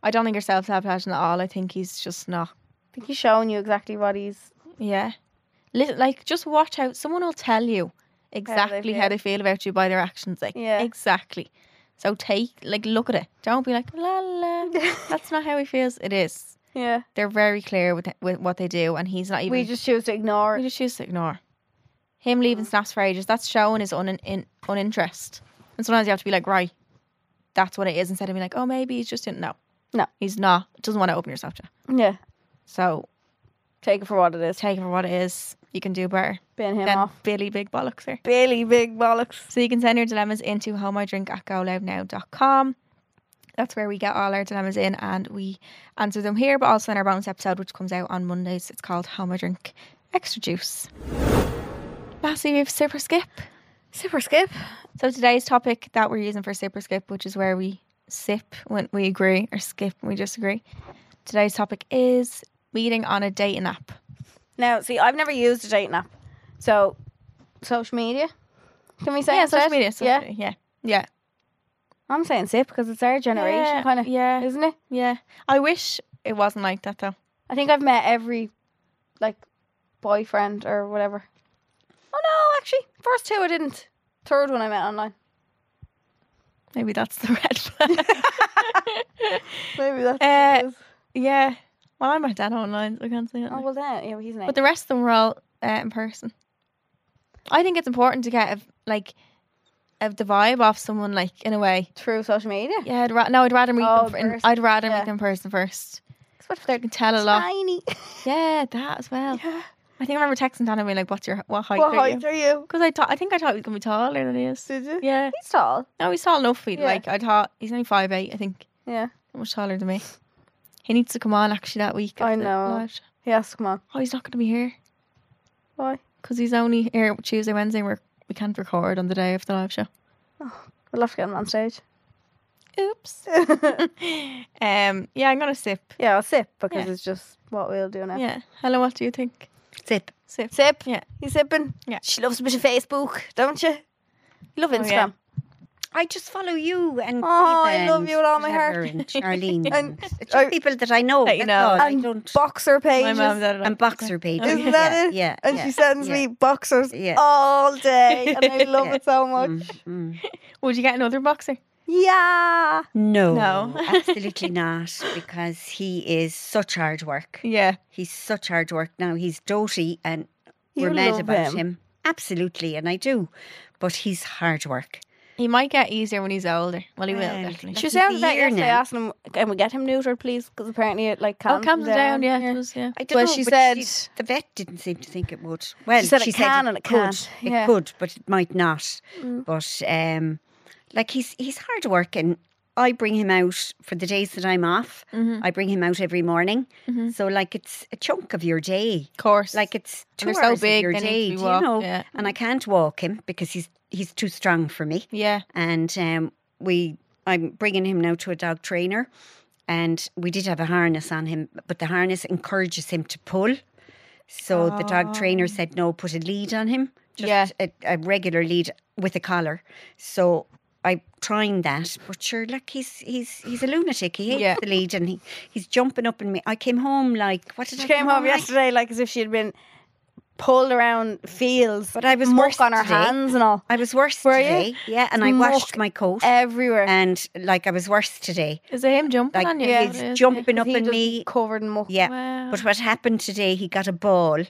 I don't think you're self sabotaging at all. I think he's just not.
I think he's showing you exactly what he's.
Yeah, Li- like just watch out. Someone will tell you exactly how
feel.
they feel about you by their actions. Like,
Yeah.
exactly. So take like look at it. Don't be like la la. That's not how he feels. It is.
Yeah.
They're very clear with with what they do, and he's not even.
We just choose to ignore
we
it.
just choose to ignore. Him leaving snaps for ages. That's showing his un in, uninterest. And sometimes you have to be like, right, that's what it is, instead of being like, oh, maybe he's just didn't know.
No.
he's not. Doesn't want to open your Snapchat.
Yeah.
So
Take it for what it is.
take it for what it is. You can do better
Bin him
than
off.
Billy Big Bollocks there.
Billy Big Bollocks.
So you can send your dilemmas into homeidrink at goloudnow.com. That's where we get all our dilemmas in and we answer them here, but also in our bonus episode, which comes out on Mondays. It's called How My Drink Extra Juice. Lastly, we have Super Skip.
Super skip.
So today's topic that we're using for sip or skip, which is where we sip when we agree or skip when we disagree. Today's topic is meeting on a dating app.
Now, see, I've never used a dating app. So, social media? Can we say
yeah,
instead?
social media. Social
yeah.
media, yeah, yeah.
I'm saying sip because it's our generation,
Yeah,
kind of,
yeah.
isn't it?
Yeah. I wish it wasn't like that though.
I think I've met every, like, boyfriend or whatever. Oh no, actually, first two I didn't. Third one I met online.
Maybe that's the red flag.
Maybe that's
what it is. yeah. Well, I met that online. So I can't say it.
Oh well, then yeah, well, he's nice.
But the rest of them were all uh, in person. I think it's important to get a, like a, the vibe off someone, like in a way.
through social media.
Yeah, I'd ra- no, I'd rather meet
Oh,
them. For, in,
person.
I'd rather
Yeah.
meet them in person first.
What
They can tell a lot.
tiny.
Yeah, that as well.
Yeah.
I think I remember texting Dan and being like, "What's your what height
What
are
height
you?"
are you?
Because I thought I think I thought he was gonna be taller than he is.
Did you?
Yeah,
He's tall.
no, he's tall enough. He'd,
Yeah.
Like I thought he's only five eight. I think
Yeah.
Not much taller than me. He needs to come on actually that week.
I
of the
know.
live.
Yes, come on.
Oh, he's not gonna be here.
Why?
Because he's only here Tuesday, Wednesday. We're, we can't record on the day of the live show.
We'll have to get him on stage.
Oops. um. Yeah, I'm gonna sip.
Yeah, I'll sip because
Yeah.
it's just what we'll do now.
Yeah. Hello. What do you think?
Sip.
Sip.
Sip.
Yeah.
You sipping?
Yeah.
She loves a bit of Facebook, don't you? You
Oh,
love
yeah.
Instagram.
I just follow you and
Oh, I
Eva
love
and
you with all my heart.
whatever and Charlene
And-
and it's just
I-
people that I know.
That you
that's
know.
all. I
And
don't.
Boxer
My
pages.
mum did
And boxer baby.
Oh,
Isn't
yeah,
that it?
Yeah.
and
yeah,
she sends
yeah.
me boxers
Yeah.
all day, and I love
Yeah.
it so much.
Mm, mm.
Would you get another boxer?
Yeah.
No,
No.
absolutely not, because he is such hard work.
Yeah.
He's such hard work now. He's doty, and
You
we're mad
love
about
him.
him. Absolutely, and I do, but he's hard work.
He might get easier when he's older. Well, he will
Well,
definitely.
like
She was
he's
saying
a
that
year
yesterday,
now.
asking him, can we get him neutered, please? Because apparently it like
Oh,
calms,
calms
him
down. Yeah.
Yeah.
it does, yeah.
I don't
Well,
know,
she
but
said-
the vet didn't seem to think it would. Well,
said it can and it
could.
can't, yeah. Mm.
It could, but it might not. But um, like he's he's hard working. I bring him out for the days that I'm off.
Mm-hmm.
I bring him out every morning. So like it's a chunk of your day.
Of course.
Like it's two
And they're so
hours
big,
of your
they need
day,
to be
do
walked,
you know?
yeah.
And I can't walk him because he's he's too strong for me
Yeah.
and um, we I'm bringing him now to a dog trainer, and we did have a harness on him, but the harness encourages him to pull. So the dog
Oh.
trainer said no, put a lead on him, just
Yeah.
a, a regular lead with a collar. So. I'm trying that, but sure, like he's he's he's a lunatic. He hates
Yeah.
the lead, and he, he's jumping up in me. I came home like what did
She
I
came
come
home
like?
yesterday like as if she had been pulled around fields,
But I was
muck
worse
on her
today.
hands and all
I was worse
Were you?
today. Yeah, and I washed
Muck
my coat,
everywhere.
and like I was worse today.
Is it him jumping
Like
on you?
he's jumping up
He
in
just
me.
covered in muck.
Yeah.
Wow.
But what happened today, he got a ball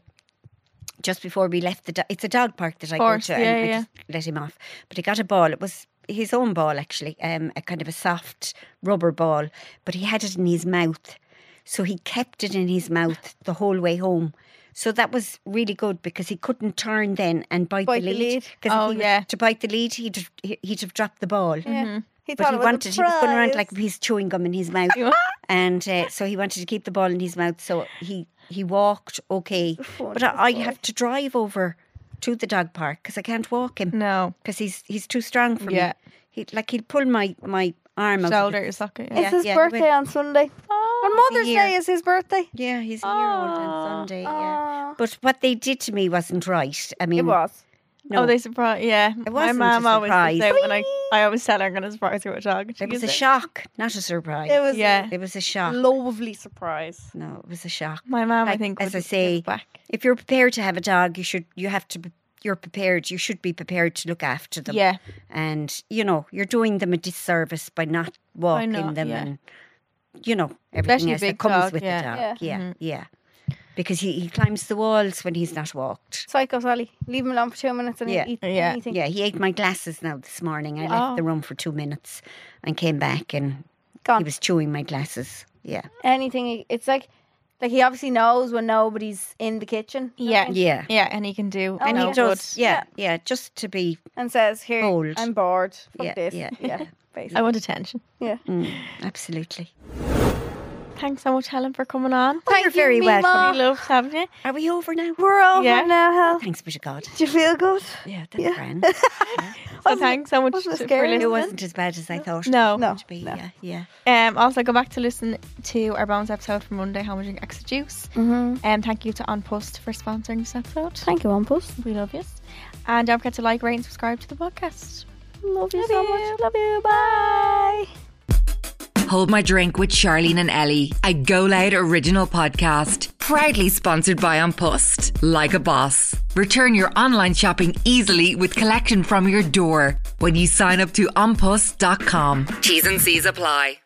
just before we left the do- it's a dog park that I
Course,
go to
yeah,
and
yeah.
I just let him off. But he got a ball. It was his own ball actually, um, a kind of a soft rubber ball, but he had it in his mouth. So he kept it in his mouth the whole way home. So that was really good because he couldn't turn then and bite,
Bite the
the lead.
lead.
'Cause if
Oh,
he was
yeah.
to bite the lead, he'd have- he- he'd have dropped the ball.
Yeah.
Mm-hmm.
He
But
thought
he
it was
wanted,
a
he was going around
prize.
like a piece of chewing gum in his mouth. and uh, so he wanted to keep the ball in his mouth. So he, he walked okay. But I, I have to drive over to the dog park because I can't walk
Mm.
him
No.
because he's, he's too strong for
Yeah.
me. He, like he'll pull my, my arm out. of
Shoulder
it.
or socket.
It's
Yeah.
Yeah,
his
yeah, he went-
birthday on Sunday.
Oh.
On Mother's
year.
Day is his birthday.
Yeah, he's a year old on Sunday. Yeah.
Aw.
But what they did to me wasn't right. I mean,
It was.
No,
Oh, they surprised. Yeah, my
wasn't a
mom always says
surprise.
that when I, I always tell her I'm gonna surprise her with a dog. She
it was
goes,
a
"Uh,
shock, not a surprise.
It was
Yeah,
It was a shock.
lovely surprise.
No, it was a shock.
my mom. I
Like,
think
as
would
I
give
say,
back.
if you're prepared to have a dog, you should you have to be- you're prepared. You should be prepared to look after them.
Yeah,
And you know, you're doing them a disservice by not walking
not,
them
yeah.
and you know,
Especially
everything else
big
that comes
dog,
with
yeah. Mm-hmm.
the dog.
Yeah.
Yeah, yeah. Because he, he climbs the walls when he's not walked.
Psycho Sally, leave him alone for two minutes and
Yeah.
he'll eat
Yeah.
anything.
Yeah, he ate my glasses now this morning. I left
Oh.
the room for two minutes and came back and
Gone.
he was chewing my glasses. Yeah.
anything. It's like, like he obviously knows when nobody's in the kitchen. you know what I
Yeah.
mean?
Yeah.
yeah, and he can do.
And
you
he
know,
Does,
good.
yeah, yeah, just to be
And says, "Here,
Bold.
I'm bored. Fuck
Yeah,
this."
yeah.
yeah. Basically.
I want attention.
Yeah.
mm, absolutely.
Thanks so much, Helen, for coming on.
Well, you're very welcome. Oh,
We loved having you.
Are we over now?
We're over
Yeah.
now, Hel.
Thanks be to God.
Do you feel good?
Yeah, that's grand.
So thanks so much
wasn't it
for
scary?
listening.
It wasn't as bad as I thought.
No.
it
No,
would be.
no.
Yeah, yeah.
Um, also, go back to listen to our bonus episode from Monday, How Much Drink Extra Juice.
Mhm.
Um, thank you to On Post for sponsoring this episode.
Thank you, Wampus.
We love you. And don't forget to like, rate, and subscribe to the podcast.
Love you so much. Love you. Bye.
Hold My Drink with Charlene and Ellie, a Go Loud original podcast, proudly sponsored by On Post, like a boss. Return your online shopping easily with collection from your door when you sign up to onpost.com. T's and C's apply.